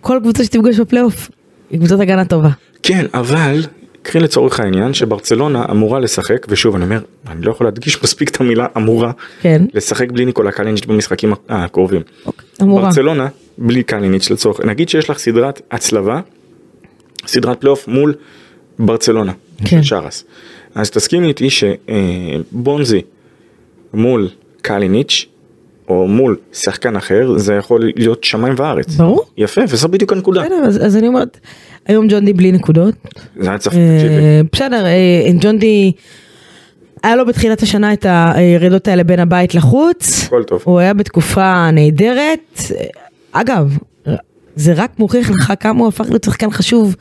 Speaker 2: כל קבוצה שתפגוש בפלייאוף היא קבוצת הגנה טובה
Speaker 3: כן, אבל, קחי לצורך העניין שברצלונה אמורה לשחק, ושוב, אני אומר, אני לא יכול להדגיש מספיק את המילה אמורה,
Speaker 2: כן
Speaker 3: לשחק בלי ניקולה קלינג' במשחקים הקרובים.
Speaker 2: אוקיי, אמורה
Speaker 3: ברצלונה, בלי קליניץ' לצורך, נגיד שיש לך סדרת הצלבה, סדרת פלייאוף מול ברצלונה,
Speaker 2: כן.
Speaker 3: כן. שרס. אז תסכימי איתי שבונזי מול קליניץ', או מול שחקן אחר, זה יכול להיות שמיים וארץ.
Speaker 2: ברור.
Speaker 3: יפה, וזו בדיוק הנקודה.
Speaker 2: בסדר, אז, אז אני אומרת, היום ג'ון די בלי נקודות.
Speaker 3: זה היה צריך, תקשיבי.
Speaker 2: אה, בסדר, אה, ג'ון די, היה לו בתחילת השנה את הירידות האלה בין הבית לחוץ.
Speaker 3: הכל טוב.
Speaker 2: הוא היה בתקופה נהדרת. אה, אגב, זה רק מוכיח לך כמה הוא הפך להיות שחקן חשוב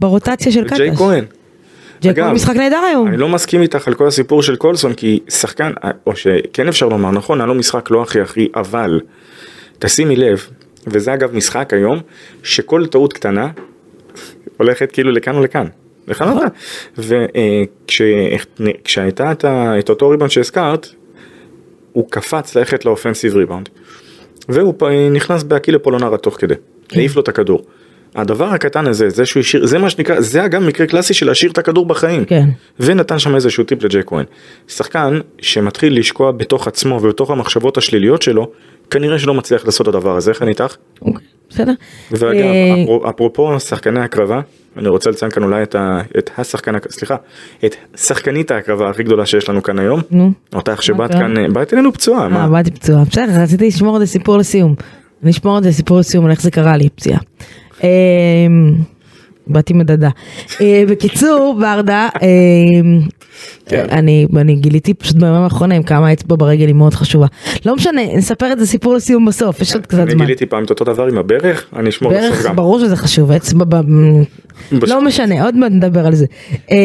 Speaker 2: ברוטציה של קטש.
Speaker 3: ג'יי כהן.
Speaker 2: ג'יי כהן
Speaker 3: אגב,
Speaker 2: משחק נהדר היום.
Speaker 3: אני לא מסכים איתך על כל הסיפור של קולסון כי שחקן או שכן אפשר לומר נכון היה לו משחק לא הכי הכי אבל תשימי לב וזה אגב משחק היום שכל טעות קטנה הולכת כאילו לכאן או לכאן. נכון. אה, לכאן
Speaker 2: נכון.
Speaker 3: או לכאן. וכשהייתה אה, את אותו ריבאונד שהזכרת הוא קפץ ללכת לאופנסיב ריבאונד. והוא פ- נכנס בהקיא לפולונרה תוך כדי,
Speaker 2: כן.
Speaker 3: העיף לו את הכדור. הדבר הקטן הזה, זה שהוא השאיר, זה מה שנקרא, זה היה גם מקרה קלאסי של להשאיר את הכדור בחיים.
Speaker 2: כן.
Speaker 3: ונתן שם איזשהו טיפ לג'ק כהן. שחקן שמתחיל לשקוע בתוך עצמו ובתוך המחשבות השליליות שלו, כנראה שלא מצליח לעשות את הדבר הזה, איך אני איתך?
Speaker 2: אוקיי, בסדר.
Speaker 3: ואגב,
Speaker 2: אה,
Speaker 3: אפרו- אפרופו שחקני הקרבה, אני רוצה לציין כאן אולי את, ה, את השחקן, הק- סליחה, את שחקנית ההקרבה הכי גדולה שיש לנו כאן היום.
Speaker 2: נו.
Speaker 3: אותך שבאת
Speaker 2: קרה?
Speaker 3: כאן, אה, באת אלינו פצועה,
Speaker 2: אה,
Speaker 3: מה?
Speaker 2: באתי פצועה. בסדר, רציתי לשמור את זה סיפור לסיום. אני אשמור את זה סיפור לסיום על איך זה קרה לי, פציעה. אמ, באתי מדדה. אה, בקיצור, ברדה, אמ,
Speaker 3: כן.
Speaker 2: אני אני גיליתי פשוט בימים האחרונים כמה האצבע ברגל היא מאוד חשובה. לא משנה, נספר את זה סיפור לסיום בסוף, יש עוד קצת
Speaker 3: אני
Speaker 2: זמן.
Speaker 3: גיליתי פעם את אותו דבר עם הברך, אני אשמור לסוף
Speaker 2: בערך
Speaker 3: גם.
Speaker 2: ברור שזה חשוב, אצבע ב... לא משנה, עוד מעט נדבר על זה. אה,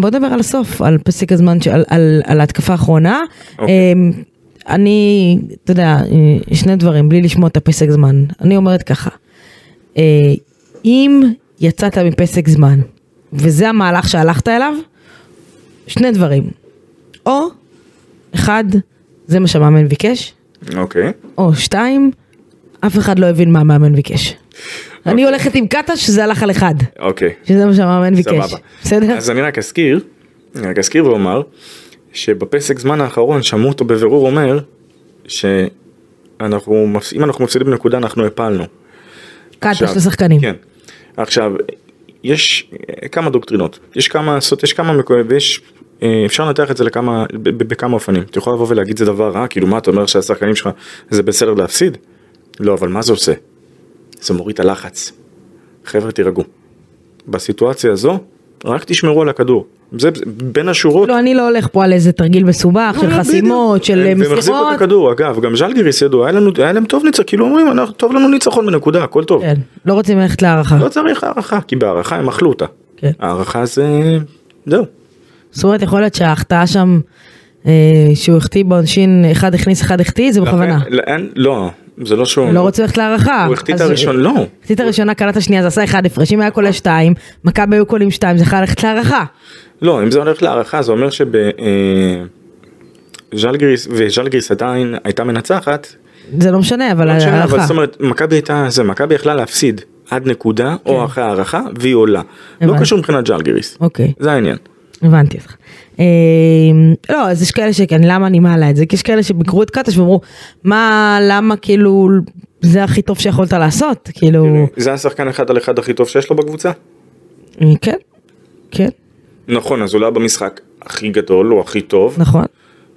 Speaker 2: בוא נדבר על הסוף, על פסיק הזמן, ש- על- על- על ההתקפה האחרונה.
Speaker 3: אוקיי.
Speaker 2: אה, אני, אתה יודע, אה, שני דברים, בלי לשמוע את הפסק זמן. אני אומרת ככה, אה, אם יצאת מפסק זמן וזה המהלך שהלכת אליו, שני דברים. או, אחד, זה מה שהמאמן ביקש,
Speaker 3: אוקיי.
Speaker 2: או שתיים, אף אחד לא הבין מה המאמן ביקש. אני הולכת עם קאטה שזה הלך על אחד,
Speaker 3: אוקיי.
Speaker 2: שזה מה שהמאמן ביקש.
Speaker 3: סבבה.
Speaker 2: בסדר?
Speaker 3: אז אני רק אזכיר, אני רק אזכיר ואומר, שבפסק זמן האחרון שמעו אותו בבירור אומר, שאנחנו, מפס- אם אנחנו מפסידים בנקודה אנחנו הפלנו.
Speaker 2: קאטה,
Speaker 3: עכשיו,
Speaker 2: שני שחקנים.
Speaker 3: כן. עכשיו, יש אה, כמה דוקטרינות, יש כמה, זאת- יש כמה, מקו- ויש, אה, אפשר לנתח את זה לכמה, ב- ב- בכמה אופנים. אתה יכול לבוא ולהגיד זה דבר רע, כאילו מה אתה אומר שהשחקנים שלך זה בסדר להפסיד? לא, אבל מה זה עושה? זה מוריד את הלחץ. חבר'ה תירגעו. בסיטואציה הזו, רק תשמרו על הכדור. זה זה- בין השורות.
Speaker 2: לא, אני לא הולך פה על איזה תרגיל מסובך של חסימות, של אה,
Speaker 3: לא, הם החזיקו את
Speaker 2: מסירות.
Speaker 3: הכדור, אגב, גם ז'לגיריס ידוע, היה לנו- היה להם טוב ניצחון, כאילו אומרים, "אנחנו- טוב לנו ניצחון בנקודה, הכל טוב.
Speaker 2: כן, לא רוצים ללכת להערכה.
Speaker 3: לא צריך הערכה, כי בהערכה הם אכלו אותה.
Speaker 2: כן.
Speaker 3: הערכה זה... זהו.
Speaker 2: זאת אומרת, יכול להיות שההחטאה שם, אה, שהוא החטיא בעונשין, אחד הכניס, אחד החטיא, זה בכוונה.
Speaker 3: לכן- לא, אין- לא, זה לא שהוא...
Speaker 2: לא רוצה ללכת להערכה.
Speaker 3: הוא החטיא את
Speaker 2: אז- אה,
Speaker 3: הראשון, לא.
Speaker 2: החטיא את הראשונה, קלט את השנייה, זה עשה אחד הפרש, אם היה כולל שתיים, מכבי היו כוללים שתיים, זה יכול ללכת להערכה.
Speaker 3: לא, אם זה הולך להערכה, זה אומר שב... אה, ז'לגיריס, וז'לגיריס עדיין הייתה מנצחת.
Speaker 2: זה לא משנה, אבל
Speaker 3: לא משנה, אבל
Speaker 2: ההערכה.
Speaker 3: זאת אומרת, מכבי הייתה, זה, מכבי יכלה להפסיד עד נקודה או אחרי הערכה, והיא עולה. לא
Speaker 2: כן. הבנתי.
Speaker 3: קשור מבחינת ז'לגיריס.
Speaker 2: אוקיי.
Speaker 3: זה העניין.
Speaker 2: הבנתי אותך. אה, לא, אז יש כאלה שכן, למה אני מעלה את זה? כי יש כאלה שביקרו את קטש ואמרו, מה, למה כאילו, זה הכי טוב שיכולת לעשות? כאילו,
Speaker 3: זה השחקן אחד על אחד הכי טוב שיש לו בקבוצה?
Speaker 2: אה, כן, כן,
Speaker 3: נכון, אז הוא לא היה במשחק הכי גדול, הוא הכי טוב.
Speaker 2: נכון.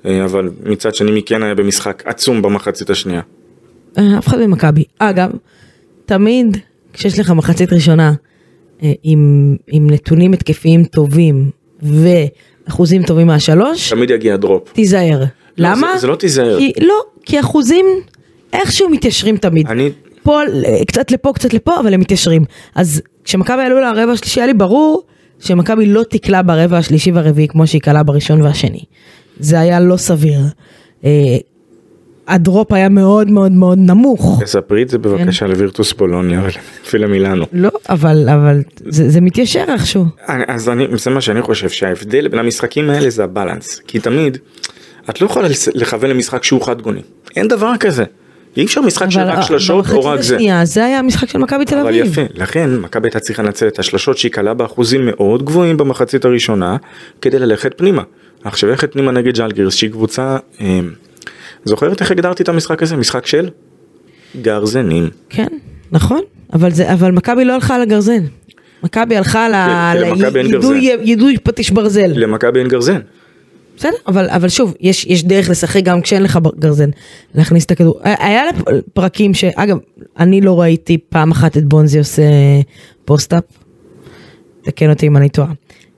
Speaker 3: אה, אבל מצד שני מי כן היה במשחק עצום במחצית השנייה.
Speaker 2: אה, אף אחד במכבי. אגב, תמיד כשיש לך מחצית ראשונה אה, עם, עם נתונים התקפיים טובים ואחוזים טובים מהשלוש,
Speaker 3: תמיד יגיע דרופ.
Speaker 2: תיזהר.
Speaker 3: לא,
Speaker 2: למה?
Speaker 3: זה- זה לא תיזהר.
Speaker 2: כי, לא, כי אחוזים איכשהו מתיישרים תמיד.
Speaker 3: אני,
Speaker 2: פה, אה, קצת לפה, קצת לפה, אבל הם מתיישרים. אז כשמכבי עלו לרבע השלישי, היה לי ברור שמכבי לא תקלע ברבע השלישי והרביעי כמו שהיא קלעה בראשון והשני. זה היה לא סביר. אה, הדרופ היה מאוד מאוד מאוד נמוך.
Speaker 3: תספרי את זה
Speaker 2: כן.
Speaker 3: בבקשה לווירטוס פולוניה ולפילה מילאנו.
Speaker 2: לא, אבל, אבל זה, זה מתיישר איכשהו.
Speaker 3: אני- אז אני, זה מה שאני חושב שההבדל בין המשחקים האלה זה הבלנס. כי תמיד, את לא יכולה לס- לכוון למשחק שהוא חד גוני. אין דבר כזה. אי אפשר משחק של
Speaker 2: אבל אה,
Speaker 3: רק שלשות או רק
Speaker 2: במחצית
Speaker 3: זה.
Speaker 2: השנייה, זה היה המשחק של מכבי תל
Speaker 3: אבל
Speaker 2: אביב.
Speaker 3: יפה, לכן מכבי הייתה צריכה לנצל את השלשות שהיא קלה באחוזים מאוד גבוהים במחצית הראשונה כדי ללכת פנימה. עכשיו ללכת פנימה נגד ג'לגירס שהיא קבוצה, אה, זוכרת איך הגדרתי את המשחק הזה? משחק של גרזנים.
Speaker 2: כן, נכון. אבל, זה, אבל מכבי לא הלכה על הגרזן. מכבי הלכה על ה-
Speaker 3: כי
Speaker 2: על
Speaker 3: למכבי כן, אין
Speaker 2: יידוי- יידוי פטיש ברזל.
Speaker 3: למכבי אין גרזן.
Speaker 2: בסדר, אבל, אבל שוב, יש, יש דרך לשחק גם כשאין לך בר- גרזן, להכניס את הכדור. היה- היה לפ- פרקים ש... אגב, אני לא ראיתי פעם אחת את בונזי עושה פוסט-אפ. תקן אותי אם אני טועה.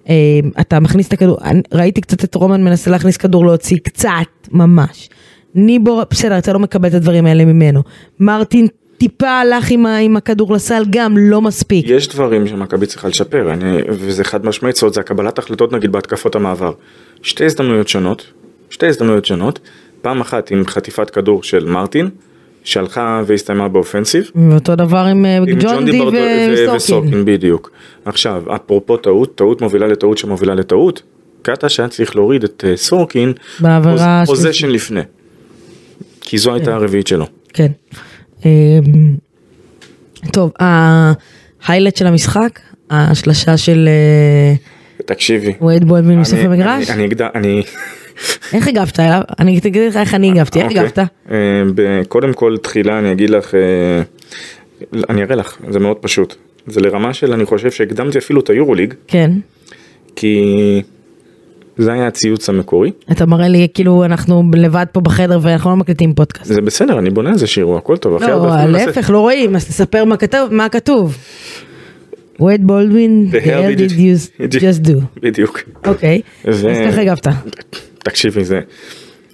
Speaker 2: אה, אתה מכניס את הכדור, אני- ראיתי קצת את רומן מנסה להכניס כדור להוציא, קצת, ממש. ניבור, בסדר, אתה לא מקבל את הדברים האלה ממנו. מרטין טיפה הלך עם, ה- עם הכדור לסל, גם לא מספיק.
Speaker 3: יש דברים שמכבי צריכה לשפר, אני, וזה חד משמעית, זאת אומרת, זה הקבלת החלטות נגיד בהתקפות המעבר. שתי הזדמנויות שונות, שתי הזדמנויות שונות, פעם אחת עם חטיפת כדור של מרטין, שהלכה והסתיימה באופנסיב,
Speaker 2: ואותו דבר עם, אה,
Speaker 3: עם
Speaker 2: ג'ון די
Speaker 3: ברדו- ו-
Speaker 2: וסורקין.
Speaker 3: וסורקין בדיוק. עכשיו, אפרופו טעות, טעות מובילה לטעות שמובילה לטעות, קטש היה צריך להוריד את אה, סורקין,
Speaker 2: בעבירה
Speaker 3: פוז-
Speaker 2: השלישית.
Speaker 3: פוזיישן לפני. כי זו הייתה הרביעית שלו.
Speaker 2: כן. אמ, טוב, ההיילט של המשחק, השלשה של אה,
Speaker 3: תקשיבי.
Speaker 2: וייד בולדמן מסוף
Speaker 3: אני-
Speaker 2: המגרש,
Speaker 3: אני- אני אגדע- אני...
Speaker 2: איך הגבת אליו? אני תגיד לך איך אני הגבתי, איך
Speaker 3: אוקיי.
Speaker 2: הגבת?
Speaker 3: אה, ב- קודם כל, תחילה אני אגיד לך, אה, אני אראה לך, זה מאוד פשוט. זה לרמה של, אני חושב שהקדמתי אפילו את היורוליג,
Speaker 2: כן,
Speaker 3: כי זה היה הציוץ המקורי.
Speaker 2: אתה מראה לי כאילו אנחנו לבד פה בחדר ואנחנו לא מקליטים פודקאסט.
Speaker 3: זה בסדר, אני בונה על זה שירו, הכל טוב. הכי הרבה
Speaker 2: לא,
Speaker 3: אפילו מנסה-
Speaker 2: להפך, לא רואים, אז תספר מה כתוב- מה כתוב. וייד בולדווין, the
Speaker 3: The hell
Speaker 2: hell
Speaker 3: did
Speaker 2: did
Speaker 3: it-
Speaker 2: you
Speaker 3: did you-
Speaker 2: just do.
Speaker 3: בדיוק.
Speaker 2: אוקיי, אז
Speaker 3: ו-
Speaker 2: ככה הגבת.
Speaker 3: תקשיבי, זה...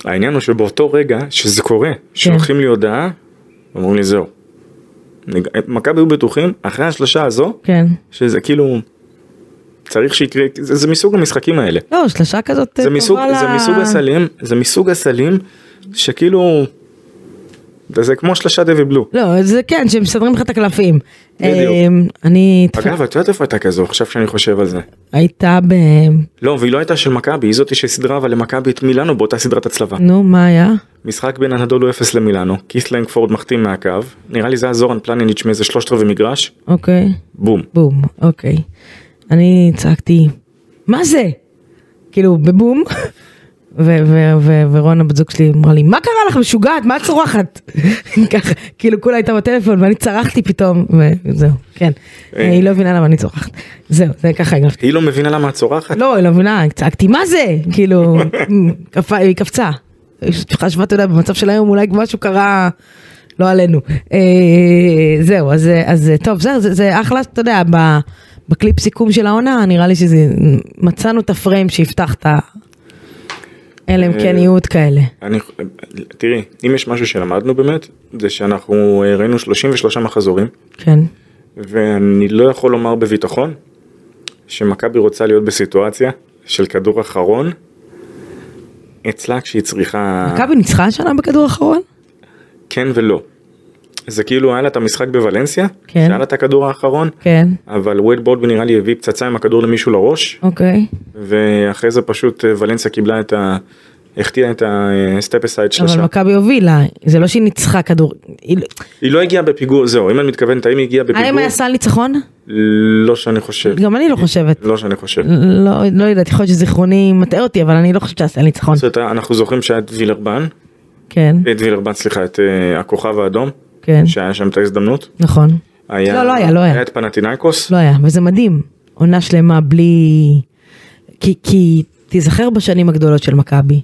Speaker 3: העניין הוא שבאותו רגע שזה קורה, שולחים לי הודעה, אומרים לי זהו. נג- מכבי היו בטוחים, אחרי השלושה הזו,
Speaker 2: כן.
Speaker 3: שזה כאילו... צריך שיקרה, זה, זה מסוג המשחקים האלה.
Speaker 2: לא, שלשה כזאת
Speaker 3: זה
Speaker 2: טובה
Speaker 3: מסוג,
Speaker 2: ל-
Speaker 3: זה מסוג הסלים, זה מסוג הסלים שכאילו זה כמו שלושה דבי בלו.
Speaker 2: לא, זה כן, שמסדרים לך את הקלפים.
Speaker 3: בדיוק.
Speaker 2: אמ, אני...
Speaker 3: אגב, את יודעת איפה הייתה כזו, עכשיו שאני חושב על זה.
Speaker 2: הייתה ב...
Speaker 3: לא, והיא לא הייתה של מכבי, היא זאתי שסידרה אבל למכבי את מילאנו באותה סדרת הצלבה.
Speaker 2: נו, מה היה?
Speaker 3: משחק בין הנדולו 0 למילאנו, קיס לנגפורד מחתים מהקו, נראה לי זה היה זורן פלניניץ' מאיזה שלושת רבעי מגרש,
Speaker 2: אוקיי.
Speaker 3: בום.
Speaker 2: בום, אוקיי. אני צעקתי, מה זה? כאילו, בבום. ו- ו- ו- ורונה בת זוג שלי אמרה לי, מה קרה לך משוגעת? מה את צורחת? ככה, כאילו כולה הייתה בטלפון ואני צרחתי פתאום, וזהו, כן.
Speaker 3: אה.
Speaker 2: היא לא מבינה למה אני צורחת. זהו, זה ככה הגבתי.
Speaker 3: היא לא מבינה למה את צורחת?
Speaker 2: לא, היא לא מבינה, צעקתי, מה זה? כאילו, קפ- היא קפצה. היא חשבה, אתה יודע, במצב של היום אולי משהו קרה לא עלינו. אה, זהו, אז, אה, אז אה, טוב, זה, זה, זה אחלה, אתה יודע, ב- בקליפ סיכום של העונה, נראה לי שזה, מצאנו את הפריים שיפתח את ה... אלה הם כן
Speaker 3: אה.
Speaker 2: יהיו עוד כאלה.
Speaker 3: אני, תראי, אם יש משהו שלמדנו באמת, זה שאנחנו אה, ראינו 33 מחזורים,
Speaker 2: כן,
Speaker 3: ואני לא יכול לומר בביטחון שמכבי רוצה להיות בסיטואציה של כדור אחרון אצלה כשהיא צריכה
Speaker 2: מכבי ניצחה השנה בכדור האחרון?
Speaker 3: כן ולא. זה כאילו היה לה את המשחק בוולנסיה,
Speaker 2: כן.
Speaker 3: שהיה לה את הכדור האחרון,
Speaker 2: כן,
Speaker 3: אבל וייד בולדווין נראה לי הביא פצצה עם הכדור למישהו לראש,
Speaker 2: אוקיי.
Speaker 3: ואחרי זה פשוט אה, ולנסיה קיבלה את ה... החטיאה את הסטפ אסייד
Speaker 2: אבל
Speaker 3: שלושה.
Speaker 2: מכבי הובילה, זה לא שהיא ניצחה כדור... היא-
Speaker 3: היא לא הגיעה בפיגור, זהו, אם אני מתכוונת, האם היא הגיעה
Speaker 2: האם
Speaker 3: בפיגור?
Speaker 2: אה, היה סל ניצחון?
Speaker 3: לא שאני חושב.
Speaker 2: גם אני לא חושבת.
Speaker 3: לא שאני חושב.
Speaker 2: לא, לא יודעת, יכול להיות שזיכרוני מטעה אותי, אבל אני לא חושבת שעשה ניצחון.
Speaker 3: זאת אומרת, אנחנו זוכרים שהיה את וילרבן,
Speaker 2: כן,
Speaker 3: את וילרבן, סליחה, את אה, הכוכב האדום,
Speaker 2: כן,
Speaker 3: שהיה שם את ההזדמנות.
Speaker 2: נכון.
Speaker 3: היה-
Speaker 2: לא, לא היה, לא היה.
Speaker 3: היה את פנטינאיקוס,
Speaker 2: לא היה, וזה מדהים. עונה שלמה בלי... כי, כי תיזכר בשנים הגדולות של מכבי.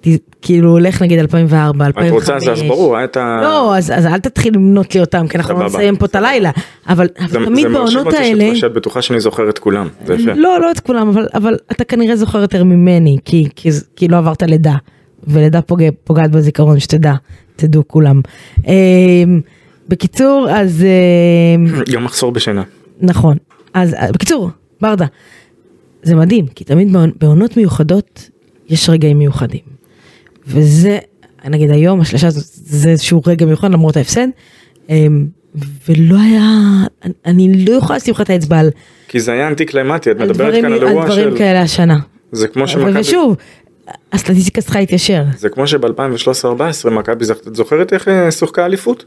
Speaker 2: ת- כאילו, לך נגיד 2004, 2005.
Speaker 3: את רוצה זה אז ברור, היה את ה...
Speaker 2: לא, אז, אז אל תתחיל למנות לי אותם, כי אנחנו
Speaker 3: סבבה.
Speaker 2: נסיים פה את הלילה. אבל,
Speaker 3: זה-
Speaker 2: אבל תמיד
Speaker 3: זה
Speaker 2: בעונות
Speaker 3: מרשים אותי
Speaker 2: האלה...
Speaker 3: שאת- שאת בטוחה שאני זוכר את כולם, זה יפה.
Speaker 2: לא, לא את כולם, אבל, אבל אתה כנראה זוכר יותר ממני, כי, כי, ז- כי לא עברת לידה, ולידה פוגע, פוגעת בזיכרון, שתדע, תדעו כולם. אה, בקיצור, אז אה,
Speaker 3: גם מחסור בשינה.
Speaker 2: נכון, אז אה, בקיצור, ברדה, זה מדהים, כי תמיד בעונ- בעונות מיוחדות יש רגעים מיוחדים. וזה, נגיד היום, השלושה הזאת, זה איזשהו רגע מיוחד למרות ההפסד, אה, ולא היה, אני, אני לא יכולה לשים לך את האצבע על,
Speaker 3: כי זה היה אנטי-קלימטי, את
Speaker 2: על
Speaker 3: מדברת
Speaker 2: דברים,
Speaker 3: כאן על
Speaker 2: על
Speaker 3: אירוע
Speaker 2: דברים
Speaker 3: של...
Speaker 2: כאלה השנה.
Speaker 3: זה כמו
Speaker 2: כן. אבל
Speaker 3: שמכבי...
Speaker 2: ושוב, הסטטיסטיקה צריכה להתיישר.
Speaker 3: זה כמו שב-2013-2014 מכבי זכתה, את זוכרת איך אה, שוחקה אליפות?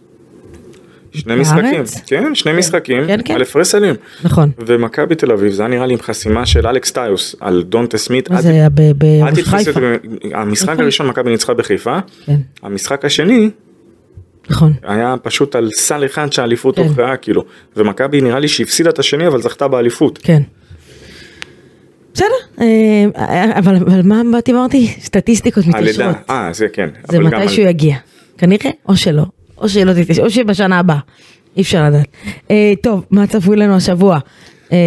Speaker 3: שני
Speaker 2: בארץ?
Speaker 3: משחקים, כן, שני משחקים,
Speaker 2: כן, כן.
Speaker 3: על הפרסלים.
Speaker 2: נכון.
Speaker 3: ומכבי תל אביב זה היה נראה לי עם חסימה של אלכס טיוס על דונטה סמית.
Speaker 2: מה
Speaker 3: אל
Speaker 2: זה
Speaker 3: ת-
Speaker 2: היה ב-
Speaker 3: אל
Speaker 2: במול
Speaker 3: תתפסי את
Speaker 2: חיפה?
Speaker 3: זה, אה, המשחק
Speaker 2: נכון.
Speaker 3: הראשון מכבי ניצחה בחיפה,
Speaker 2: כן,
Speaker 3: המשחק השני
Speaker 2: נכון.
Speaker 3: היה פשוט על סל אחד שהאליפות
Speaker 2: כן.
Speaker 3: הוכרעה כאילו, ומכבי נראה לי שהפסידה את השני אבל זכתה באליפות.
Speaker 2: כן. בסדר, אה, אבל אבל מה באתי ואמרתי? סטטיסטיקות
Speaker 3: הלידה,
Speaker 2: מתיישרות.
Speaker 3: אה זה כן,
Speaker 2: זה
Speaker 3: אבל גם
Speaker 2: מתי שהוא
Speaker 3: על-
Speaker 2: יגיע. כנראה, או שלא. או שלא תתיישר, או שבשנה הבאה. אי אפשר לדעת. אה, טוב, מה צפוי לנו השבוע? אה,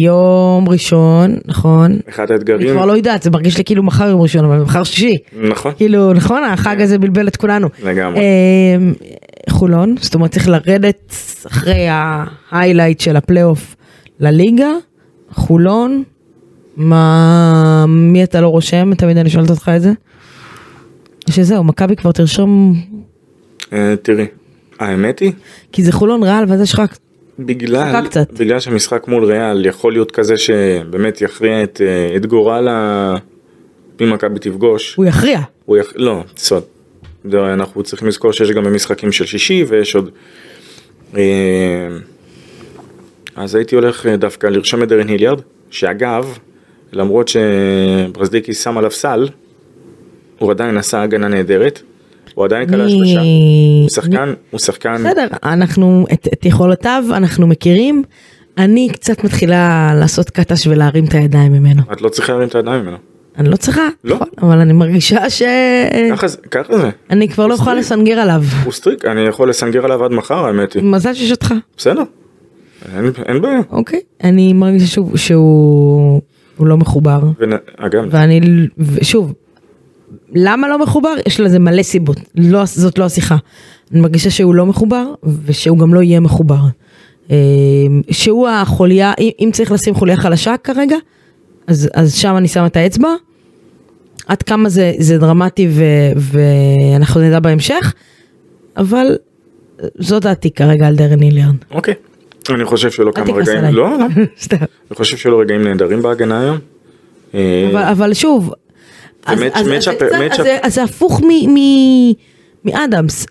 Speaker 2: יום ראשון, נכון.
Speaker 3: אחד
Speaker 2: אני
Speaker 3: האתגרים,
Speaker 2: כבר לא יודעת, זה מרגיש לי כאילו מחר יום ראשון, אבל מחר שישי.
Speaker 3: נכון,
Speaker 2: כאילו נכון החג הזה בלבל את כולנו.
Speaker 3: כן. לגמרי.
Speaker 2: אמ, חולון זאת אומרת צריך לרדת אחרי ההיילייט של הפלייאוף לליגה חולון מה מי אתה לא רושם תמיד אני שואלת אותך את זה. שזהו מכבי כבר תרשום
Speaker 3: אה, תראי, האמת היא,
Speaker 2: כי זה חולון רעל ואז יש רק
Speaker 3: בגלל,
Speaker 2: חכה קצת.
Speaker 3: בגלל שהמשחק מול ריאל יכול להיות כזה שבאמת יכריע את, אה, את גורל ה... אם מכבי תפגוש,
Speaker 2: הוא יכריע.
Speaker 3: הוא יכ... לא, סוד. זה- אנחנו צריכים לזכור שיש גם משחקים של שישי ויש עוד... אה, אז הייתי הולך אה, דווקא לרשום את דרן היליארד, שאגב, למרות שברזדיקי שם עליו סל, הוא עדיין עשה הגנה נהדרת, הוא עדיין כלל שלושה.
Speaker 2: אני-
Speaker 3: הוא שחקן, הוא שחקן,
Speaker 2: בסדר, אנחנו, את, את יכולותיו אנחנו מכירים, אני קצת מתחילה לעשות קטש ולהרים את הידיים ממנו.
Speaker 3: את לא צריכה להרים את הידיים ממנו.
Speaker 2: אני לא צריכה,
Speaker 3: לא.
Speaker 2: נכון, אבל אני מרגישה ש... כן.
Speaker 3: ככה זה, ככה זה.
Speaker 2: אני כבר לא יכולה לסנגר עליו.
Speaker 3: הוא סטריק, אני יכול לסנגר עליו עד מחר האמת היא.
Speaker 2: מזל שיש אותך,
Speaker 3: בסדר. אין, אין בעיה.
Speaker 2: אוקיי? אני מרגישה שהוא, שהוא הוא לא מחובר,
Speaker 3: ונ- אגב,
Speaker 2: ואני, ל- שוב, למה לא מחובר? יש לזה מלא סיבות, לא, זאת לא השיחה. אני מרגישה שהוא לא מחובר, ושהוא גם לא יהיה מחובר. אה, שהוא החוליה, אם, אם צריך לשים חוליה חלשה כרגע, אז, אז שם אני שמה את האצבע. עד כמה זה, זה דרמטי ו, ואנחנו נדע בהמשך, אבל אה, זו דעתי כרגע על דרן איליאן.
Speaker 3: אוקיי. אני חושב שלא
Speaker 2: אל
Speaker 3: כמה
Speaker 2: תכעס
Speaker 3: רגעים,
Speaker 2: עליי.
Speaker 3: לא, לא.
Speaker 2: סתם.
Speaker 3: אני חושב שלא רגעים נהדרים בהגנה היום. אה,
Speaker 2: אבל- אבל שוב, אז-
Speaker 3: match-
Speaker 2: אז- אז
Speaker 3: matchup-
Speaker 2: זה קצת-
Speaker 3: matchup.
Speaker 2: אז זה- אז זה הפוך מ- מ- מאדמס,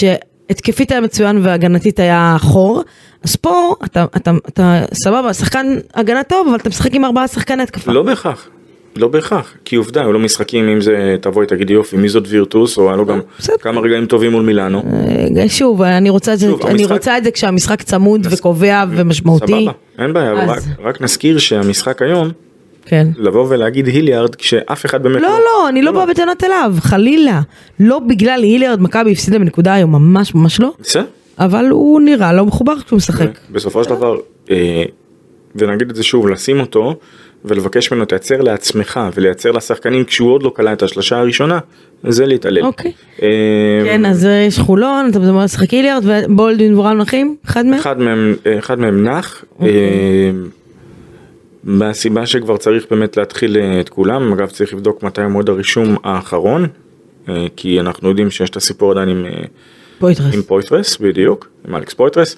Speaker 2: שהתקפית היה מצוין והגנתית היה חור, אז פה אתה- אתה- אתה סבבה, שחקן הגנה טוב, אבל אתה משחק עם ארבעה שחקני התקפה.
Speaker 3: לא בהכרח. לא בהכרח, כי עובדה, היו לו משחקים, אם זה תבואי תגידי יופי, מי זאת וירטוס, או היה לו גם
Speaker 2: בסדר.
Speaker 3: כמה רגעים טובים מול מילאנו.
Speaker 2: אה, שוב, אני רוצה את זה-
Speaker 3: שוב,
Speaker 2: אני
Speaker 3: המשחק-
Speaker 2: רוצה את זה כשהמשחק צמוד וקובע ומשמעותי.
Speaker 3: סבבה, אין בעיה, אבל
Speaker 2: אז-
Speaker 3: רק- רק נזכיר שהמשחק היום,
Speaker 2: כן.
Speaker 3: לבוא ולהגיד היליארד כשאף אחד באמת
Speaker 2: לא, לא, אני לא באה בטענות אליו, חלילה. לא בגלל הילרד מכבי הפסידה בנקודה היום, ממש ממש לא,
Speaker 3: בסדר,
Speaker 2: אבל הוא נראה לא מחובר כשהוא
Speaker 3: כן.
Speaker 2: משחק.
Speaker 3: בסופו של דבר, אה, ונגיד את זה שוב, לשים אותו ולבקש ממנו תייצר לעצמך ולייצר לשחקנים כשהוא עוד לא כלה את השלשה הראשונה, זה להתעלל.
Speaker 2: אוקיי.
Speaker 3: אה,
Speaker 2: כן, אז אה, יש חולון, אתה מדבר על לשחק היליארד ובולדווין וורן נחים, אחד מהם?
Speaker 3: אחד מהם, אחד מהם נח,
Speaker 2: אוקיי.
Speaker 3: אה, מהסיבה שכבר צריך באמת להתחיל אה, את כולם, אגב צריך לבדוק מתי מועד הרישום האחרון, אה, כי אנחנו יודעים שיש את הסיפור עדיין עם, אה,
Speaker 2: פויטרס.
Speaker 3: עם פויטרס, בדיוק, עם אלכס פויטרס,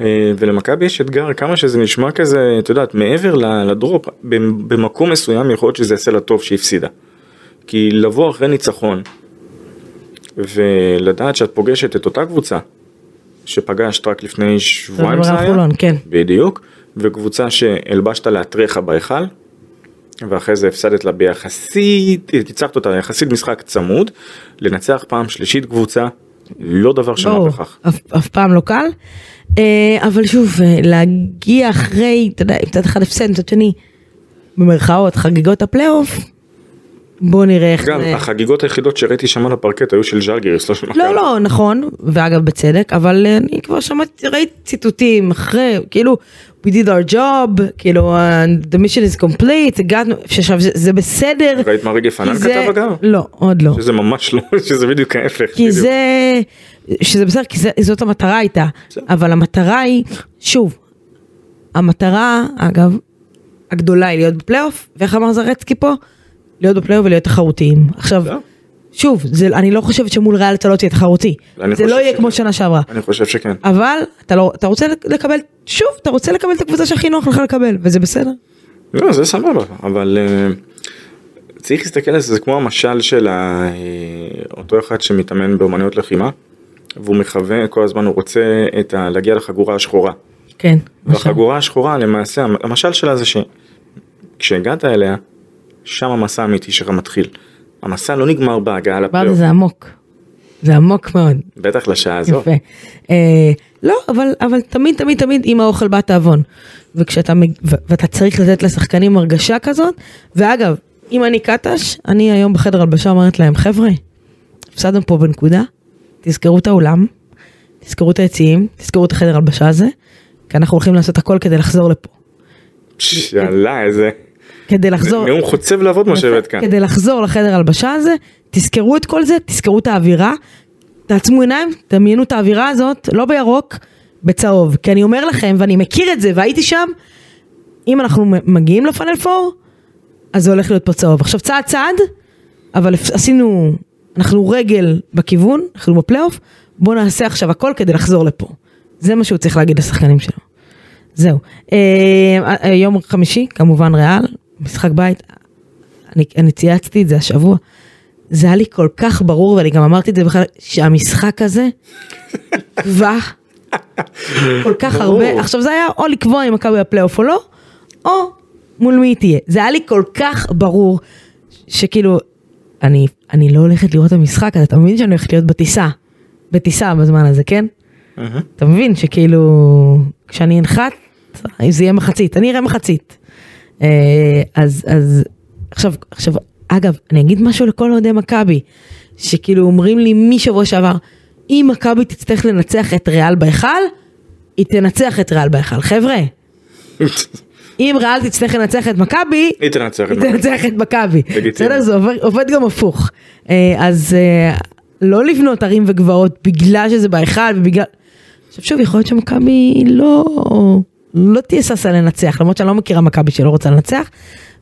Speaker 3: אה, ולמכבי יש אתגר, כמה שזה נשמע כזה, את יודעת, מעבר ל- לדרופ, במ- במקום מסוים יכול להיות שזה יעשה לה טוב שהיא הפסידה, כי לבוא אחרי ניצחון, ולדעת שאת פוגשת את אותה קבוצה, שפגשת רק לפני
Speaker 2: אתה מדבר
Speaker 3: שבועיים זה
Speaker 2: על
Speaker 3: היה,
Speaker 2: חולון, כן.
Speaker 3: בדיוק, וקבוצה שהלבשת לאתריך בהיכל, ואחרי זה הפסדת לה ביחסית, ניצחת אותה יחסית משחק צמוד, לנצח פעם שלישית קבוצה, לא דבר שמה
Speaker 2: ברור,
Speaker 3: בכך.
Speaker 2: אף- אף פעם לא קל. אה, אבל שוב, אה, להגיע אחרי, אתה יודע, עם צד אחד הפסד, מצד שני, במרכאות, חגיגות הפלייאוף, בוא נראה איך
Speaker 3: גם
Speaker 2: זה...
Speaker 3: החגיגות היחידות שראיתי שם על הפרקט היו של ז'לגיריס, לא של מכבי.
Speaker 2: אה. לא, לא, נכון, ואגב בצדק, אבל אה, אני כבר שמעתי, ראיתי ציטוטים אחרי, כאילו, we did our job, כאילו, and the mission is complete, הגענו, עכשיו זה, זה בסדר.
Speaker 3: ראית מה רגע פנן
Speaker 2: כי זה-
Speaker 3: כתב אגב?
Speaker 2: לא, עוד לא.
Speaker 3: שזה ממש לא, שזה בדיוק ההפך.
Speaker 2: כי
Speaker 3: בדיוק.
Speaker 2: זה, שזה בסדר, כי זה, זאת המטרה הייתה, אבל המטרה היא, שוב, המטרה, אגב, הגדולה היא להיות בפלייאוף, ואיך אמר זרצקי פה? להיות בפלייאוף ולהיות תחרותיים. עכשיו,
Speaker 3: לא.
Speaker 2: שוב, זה, אני לא חושבת שמול ריאל אתה לא תהיה תחרותי,
Speaker 3: אני
Speaker 2: זה
Speaker 3: חושב
Speaker 2: לא יהיה
Speaker 3: שכן.
Speaker 2: כמו שנה שעברה,
Speaker 3: אני חושב שכן.
Speaker 2: אבל אתה, לא, אתה רוצה לקבל, שוב, אתה רוצה לקבל את הקבוצה שהכי נוח לך לקבל, וזה בסדר.
Speaker 3: לא, זה סבבה, אבל אה, צריך להסתכל על זה, זה כמו המשל של ה- אה, אותו אחד שמתאמן באומנויות לחימה, והוא מכוון, כל הזמן הוא רוצה את ה... להגיע לחגורה השחורה.
Speaker 2: כן, עכשיו.
Speaker 3: והחגורה השחורה למעשה, המ- המשל שלה זה שכשהגעת אליה, שם המסע האמיתי שלך מתחיל. המסע לא נגמר בהגעה
Speaker 2: דיברת,
Speaker 3: לפלייאוף,
Speaker 2: זה עמוק, זה עמוק מאוד.
Speaker 3: בטח לשעה הזו.
Speaker 2: יפה. אה, לא, אבל, אבל תמיד תמיד תמיד עם האוכל בא תיאבון. וכשאתה, מג- ו- ואתה צריך לתת לשחקנים הרגשה כזאת, ואגב, אם אני קטש, אני היום בחדר הלבשה אומרת להם, חבר'ה, הפסדנו פה בנקודה, תזכרו את האולם, תזכרו את היציעים, תזכרו את החדר הלבשה הזה, כי אנחנו הולכים לעשות הכל כדי לחזור לפה.
Speaker 3: שאלה איזה...
Speaker 2: כדי לחזור,
Speaker 3: נאום חוצב לעבוד מה שהבאת
Speaker 2: יפה.
Speaker 3: כאן.
Speaker 2: כדי לחזור לחדר הלבשה הזה, תזכרו את כל זה, תזכרו את האווירה, תעצמו עיניים, תמיינו את האווירה הזאת, לא בירוק, בצהוב. כי אני אומר לכם, ואני מכיר את זה, והייתי שם, אם אנחנו מ- מגיעים לפאנל פור, אז זה הולך להיות פה צהוב. עכשיו צעד צעד, אבל הפ- עשינו, אנחנו רגל בכיוון, אנחנו בפלייאוף, בואו נעשה עכשיו הכל כדי לחזור לפה. זה מה שהוא צריך להגיד לשחקנים שלו. זהו. אה, אה, יום חמישי, כמובן ריאל, משחק בית, אני, אני צייצתי את זה השבוע. זה היה לי כל כך ברור, ואני גם אמרתי את זה בכלל, שהמשחק הזה יקבע כל כך
Speaker 3: ברור.
Speaker 2: הרבה. עכשיו זה היה או לקבוע אם מכבי הפלייאוף או לא, או מול מי היא תהיה. זה היה לי כל כך ברור, שכאילו, אני, אני לא הולכת לראות את המשחק, אז אתה מבין שאני הולכת להיות בטיסה. בטיסה בזמן הזה, כן?
Speaker 3: אהה.
Speaker 2: אתה מבין שכאילו, כשאני אנחת, זה יהיה מחצית, אני אראה מחצית. אה, אז, אז, עכשיו, עכשיו, אגב, אני אגיד משהו לכל אוהדי מכבי, שכאילו אומרים לי משבוע שעבר, אם מכבי תצטרך לנצח את ריאל בהיכל, היא תנצח את ריאל בהיכל. חבר'ה, אם ריאל תצטרך לנצח את מכבי,
Speaker 3: היא תנצח את
Speaker 2: היא תנצח את מכבי.
Speaker 3: לא לגיטימי.
Speaker 2: בסדר, זה עובר- עובד גם הפוך. אה, אז אה, לא לבנות ערים וגבעות בגלל שזה בהיכל ובגלל... עכשיו שוב, יכול להיות שמכבי לא... לא תהיה ששה לנצח, למרות שאני לא מכירה מכבי שלא רוצה לנצח.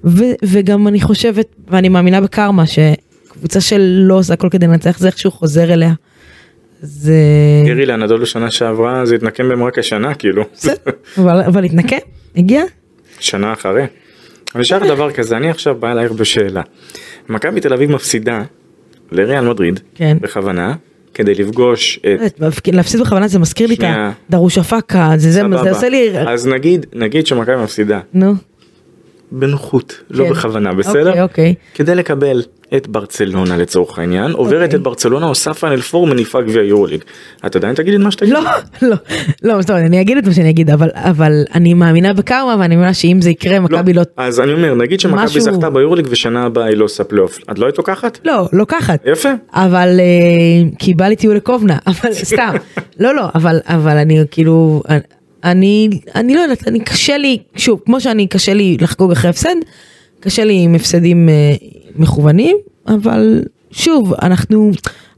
Speaker 2: ו, וגם אני חושבת, ואני מאמינה בקרמה, שקבוצה שלא עושה הכל כדי לנצח, זה איכשהו חוזר אליה. אה, זה...
Speaker 3: תראי לאנדולו שנה שעברה זה התנקם בהם רק השנה כאילו
Speaker 2: בסדר, אבל- אבל התנקה, הגיע.
Speaker 3: שנה אחרי. אני אשאל לך דבר כזה אני עכשיו בא אלייך בשאלה. מכבי תל אביב מפסידה לריאל מדריד
Speaker 2: כן. אה,
Speaker 3: בכוונה כדי לפגוש את
Speaker 2: להפסיד בכוונה זה מזכיר לי את
Speaker 3: שנייה.
Speaker 2: הדרוש הפקה, זה זה, זה
Speaker 3: סבבה.
Speaker 2: עושה לי...
Speaker 3: אז נגיד נגיד שמכבי מפסידה
Speaker 2: נו,
Speaker 3: בנוחות לא
Speaker 2: כן.
Speaker 3: בכוונה
Speaker 2: אוקיי,
Speaker 3: בסדר
Speaker 2: אוקיי.
Speaker 3: כדי לקבל את ברצלונה לצורך העניין עוברת
Speaker 2: אוקיי.
Speaker 3: את ברצלונה או ספה אלפור מניפה גביע יורוליג. את עדיין תגידי את מה שתגידי.
Speaker 2: לא, לא, לא, זאת אומרת, אני אגיד את מה שאני אגיד, אבל- אבל אני מאמינה בקרמה ואני מאמינה שאם זה יקרה מכבי לא...
Speaker 3: אז אני אומר נגיד שמכבי
Speaker 2: משהו-
Speaker 3: זכתה ביורוליג ושנה הבאה היא לא עושה פלייאוף את לא היית לוקחת?
Speaker 2: לא, לוקחת.
Speaker 3: יפה.
Speaker 2: אבל אה, כי בא לי טיול לקובנה אבל סתם לא לא אבל אבל אני כאילו אני אני לא יודעת אני קשה לי שוב כמו שאני קשה לי לחגוג אחרי הפסד קשה לי עם הפסדים אה, מכוונים אבל שוב אנחנו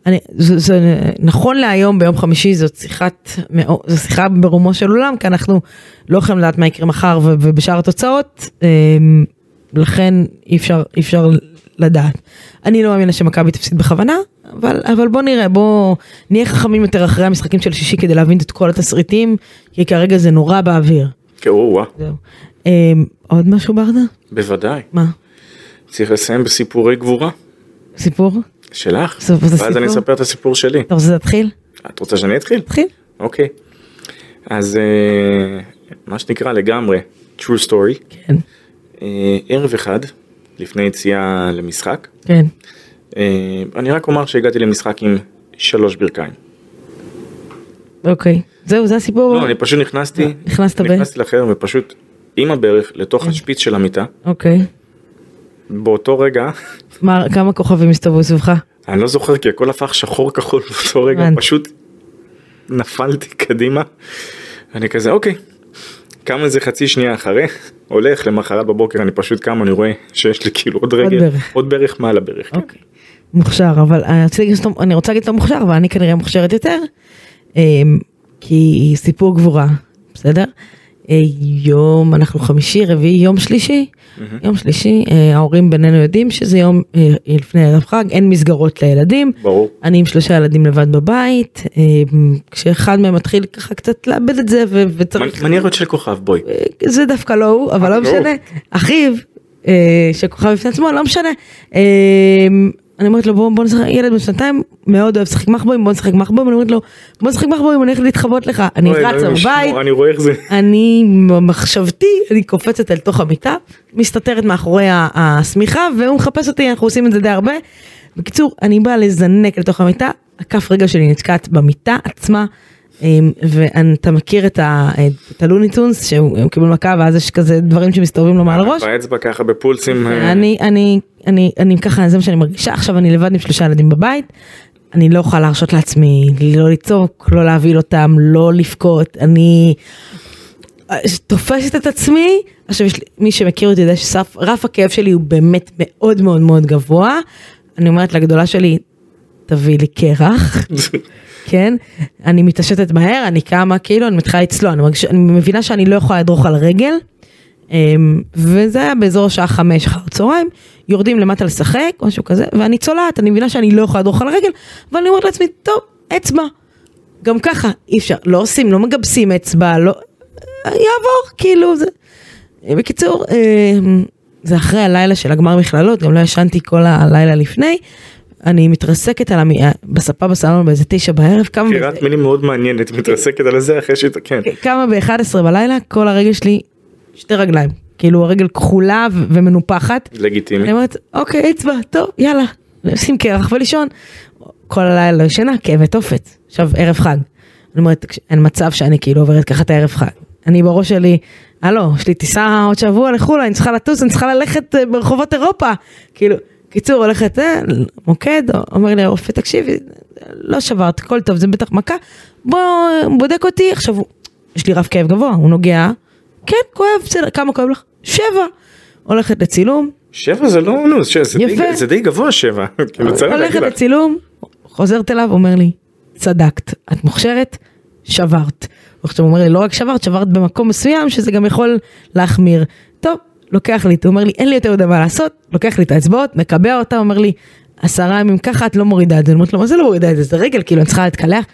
Speaker 2: אני, זה, זה נכון להיום ביום חמישי זאת שיחת מאו- זו שיחה ברומו של עולם כי אנחנו לא יכולים לדעת מה יקרה מחר ו- ובשאר התוצאות אה, לכן אי אפשר אי אפשר לדעת. אני לא מאמינה שמכבי תפסיד בכוונה, אבל, אבל בוא נראה, בוא נהיה חכמים יותר אחרי המשחקים של שישי כדי להבין את כל התסריטים, כי כרגע זה נורא באוויר.
Speaker 3: כן, או-אה,
Speaker 2: זהו. אה, עוד משהו ברדה?
Speaker 3: בוודאי.
Speaker 2: מה?
Speaker 3: צריך לסיים בסיפורי גבורה
Speaker 2: סיפור?
Speaker 3: שלך.
Speaker 2: סוף- זה
Speaker 3: ואז אני
Speaker 2: סיפור?
Speaker 3: אספר את הסיפור שלי.
Speaker 2: אתה רוצה להתחיל?
Speaker 3: את רוצה שאני אתחיל?
Speaker 2: תתחיל.
Speaker 3: אוקיי. אז אה, מה שנקרא לגמרי true story.
Speaker 2: כן,
Speaker 3: אה, ערב אחד לפני יציאה למשחק.
Speaker 2: כן.
Speaker 3: אה, אני רק אומר שהגעתי למשחק עם שלוש ברכיים.
Speaker 2: אוקיי. זהו, זה הסיפור?
Speaker 3: לא, אני פשוט נכנסתי,
Speaker 2: נכנסת אה, ב- אה.
Speaker 3: נכנסתי לחדר ופשוט עם הברך לתוך השפיץ של המיטה.
Speaker 2: אוקיי.
Speaker 3: באותו רגע
Speaker 2: מה, כמה כוכבים הסתובבו סביבך?
Speaker 3: אני לא זוכר כי הכל הפך שחור כחול באותו רגע
Speaker 2: הבנתי.
Speaker 3: פשוט נפלתי קדימה. אני כזה אוקיי. קם איזה חצי שנייה אחרי הולך למחרת בבוקר אני פשוט קם אני רואה שיש לי כאילו עוד רגל
Speaker 2: ברך.
Speaker 3: עוד ברך מעל הברך. כן.
Speaker 2: אוקיי. מוכשר, אבל אני רוצה להגיד שאתה- אני רוצה להגיד שאתה מוכשר, אבל אני כנראה מוכשרת יותר, אמ, כי סיפור גבורה, בסדר? אה, יום, אנחנו חמישי, רביעי, יום שלישי, יום שלישי, אה, ההורים בינינו יודעים שזה יום אה, לפני ערב חג, אין מסגרות לילדים.
Speaker 3: ברור.
Speaker 2: אני עם שלושה ילדים לבד בבית, אה, כשאחד מהם מתחיל ככה קצת לאבד את זה ו- וצריך...
Speaker 3: מנ- מניירות של כוכב בואי.
Speaker 2: זה דווקא לא הוא, אבל לא
Speaker 3: לא הוא.
Speaker 2: משנה. אחיו, אה, שכוכב בפני עצמו, לא משנה. אה, אני אומרת לו בוא בוא נשחק, ילד בן שנתיים מאוד אוהב לשחק מחבואים, בוא נשחק מחבואים, אני אומרת לו בוא נשחק מחבואים, אני הולכת להתחבות לך, אני
Speaker 3: אוי,
Speaker 2: רצה
Speaker 3: אלוהים ישמור,
Speaker 2: בבית,
Speaker 3: אני רואה איך זה.
Speaker 2: אני מחשבתי, אני קופצת אל תוך המיטה, מסתתרת מאחורי ה- השמיכה, והוא מחפש אותי, אנחנו עושים את זה די הרבה. בקיצור, אני באה לזנק אל תוך המיטה, הכף רגל שלי נתקעת במיטה עצמה, אמ, ואתה מכיר את ה- את הלוניטונס, שהם קיבלו מכה, ואז יש כזה דברים שמסתובבים לו מעל הראש.
Speaker 3: באצבע ככה בפולסים. אה,
Speaker 2: אני, אני, אני, אני ככה, זה מה שאני מרגישה, עכשיו אני לבד עם שלושה ילדים בבית, אני לא יכולה להרשות לעצמי לא לצעוק, לא להבהיל אותם, לא לבכות, אני אה, תופסת את עצמי, עכשיו יש לי, מי שמכיר אותי יודע שרף הכאב שלי הוא באמת מאוד מאוד מאוד גבוה, אני אומרת לגדולה שלי, תביא לי קרח.
Speaker 3: אה,
Speaker 2: כן, אני מתעשתת מהר, אני קמה, כאילו אני מתחילה לצלול, אני, מרגיש, אני מבינה שאני לא יכולה לדרוך על רגל, אמ, וזה היה באזור השעה חמש אחר הצהריים, יורדים למטה לשחק, משהו כזה, ואני צולעת, אני מבינה שאני לא יכולה לדרוך על הרגל, אבל אני אומרת לעצמי, טוב, אצבע. גם ככה, אי אפשר, לא עושים, לא מגבסים אצבע, לא... יעבור, כאילו זה... בקיצור, אמ, זה אחרי הלילה של הגמר מכללות, גם לא ישנתי כל הלילה לפני. אני מתרסקת על המ... בספה בסלון באיזה תשע בערב, כמה...
Speaker 3: בחירת מילים מאוד מעניינת מתרסקת על זה אחרי שאתה כן.
Speaker 2: אוקיי, קמה ב-11 בלילה, כל הרגל שלי, שתי רגליים. כאילו הרגל כחולה ו- ומנופחת. אני
Speaker 3: לגיטימי.
Speaker 2: אומרת, אוקיי, אצבע, טוב, יאללה, נשים קרח ולישון. כל הלילה לא ישנה, כאבי תופת. עכשיו, ערב חג. אני אומרת, "תקש- אין מצב שאני כאילו עוברת ככה את הערב חג. אני בראש שלי, הלו, יש לי טיסה עוד שבוע לחו"ל, אני צריכה לטוס, אני צריכה ללכת אה, ברחובות אירופה. כאילו, קיצור, הולכת, אה, מוקד, אומר לי הרופא, תקשיבי, לא שברת, הכל טוב, זה בטח מכה. בוא, בודק אותי, עכשיו, הוא- יש לי רף כאב גבוה, הוא נוגע, כן, כואב, בסדר, כמה כואב לך? שבע. הולכת לצילום,
Speaker 3: שבע זה לא אונוס, שבע, זה די-
Speaker 2: יפה.
Speaker 3: זה די גבוה שבע. כאילו צריך
Speaker 2: הולכת
Speaker 3: להגיד לך.
Speaker 2: לצילום, חוזרת אליו, אומר לי, צדקת, את מוכשרת, שברת. עכשיו הוא אומר לי, לא רק שברת, שברת במקום מסוים, שזה גם יכול להחמיר. טוב, לוקח לי, הוא אומר לי, אין לי יותר יודע מה לעשות, לוקח לי את האצבעות, מקבע אותה, אומר לי, עשרה ימים ככה את לא מורידה את זה, אני אומרת לו מה זה לא מורידה את זה, זה רגל, כאילו אני צריכה להתקלח,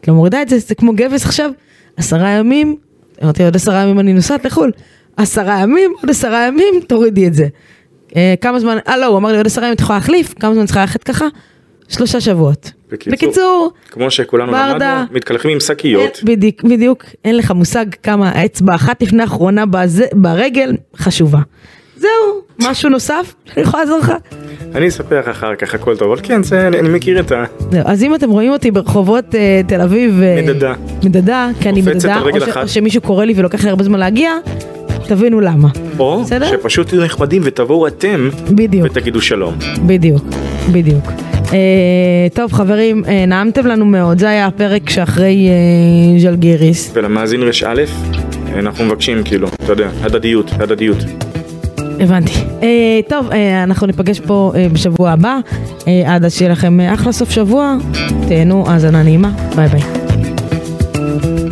Speaker 2: את לא מורידה את זה, זה כמו גבס עכשיו, עשרה ימים, אמרתי עוד עשרה ימים אני נוסעת לחו"ל, עשרה ימים, עוד עשרה ימים, תורידי את זה. אה, כמה זמן, אה לא, הוא אמר לי עוד עשרה ימים את יכולה להחליף, כמה זמן צריכה ללכת ככה? שלושה שבועות.
Speaker 3: בקיצור,
Speaker 2: בקיצור,
Speaker 3: כמו שכולנו
Speaker 2: ברדה.
Speaker 3: למדנו, מתקלחים עם שקיות.
Speaker 2: אין- בדיוק, בדיוק, אין לך מושג כמה האצבע אחת לפני האחרונה בזה- ברגל חשובה. זהו, משהו נוסף שאני יכולה לעזור לך.
Speaker 3: אני אספר לך אחר כך הכל טוב, אבל כן, זה, אני, אני מכיר את ה...
Speaker 2: זהו, אז אם אתם רואים אותי ברחובות אה, תל אביב... אה,
Speaker 3: מדדה.
Speaker 2: מדדה, כי אני
Speaker 3: קופצת
Speaker 2: מדדה,
Speaker 3: על רגל
Speaker 2: או ש-
Speaker 3: אחת.
Speaker 2: או שמישהו קורא לי ולוקח לי הרבה זמן להגיע, תבינו למה.
Speaker 3: או
Speaker 2: בסדר?
Speaker 3: שפשוט תהיו נחמדים ותבואו אתם
Speaker 2: בדיוק.
Speaker 3: ותגידו שלום.
Speaker 2: בדיוק, בדיוק. אה, טוב חברים, אה, נעמתם לנו מאוד, זה היה הפרק שאחרי אה, ז'לגיריס.
Speaker 3: ולמאזין ר"א, אנחנו מבקשים כאילו, אתה יודע, הדדיות, הדדיות.
Speaker 2: הבנתי. אה, טוב, אה, אנחנו ניפגש פה אה, בשבוע הבא. אה, עד אז שיהיה לכם אה, אחלה סוף שבוע. תהנו, האזנה נעימה. ביי ביי.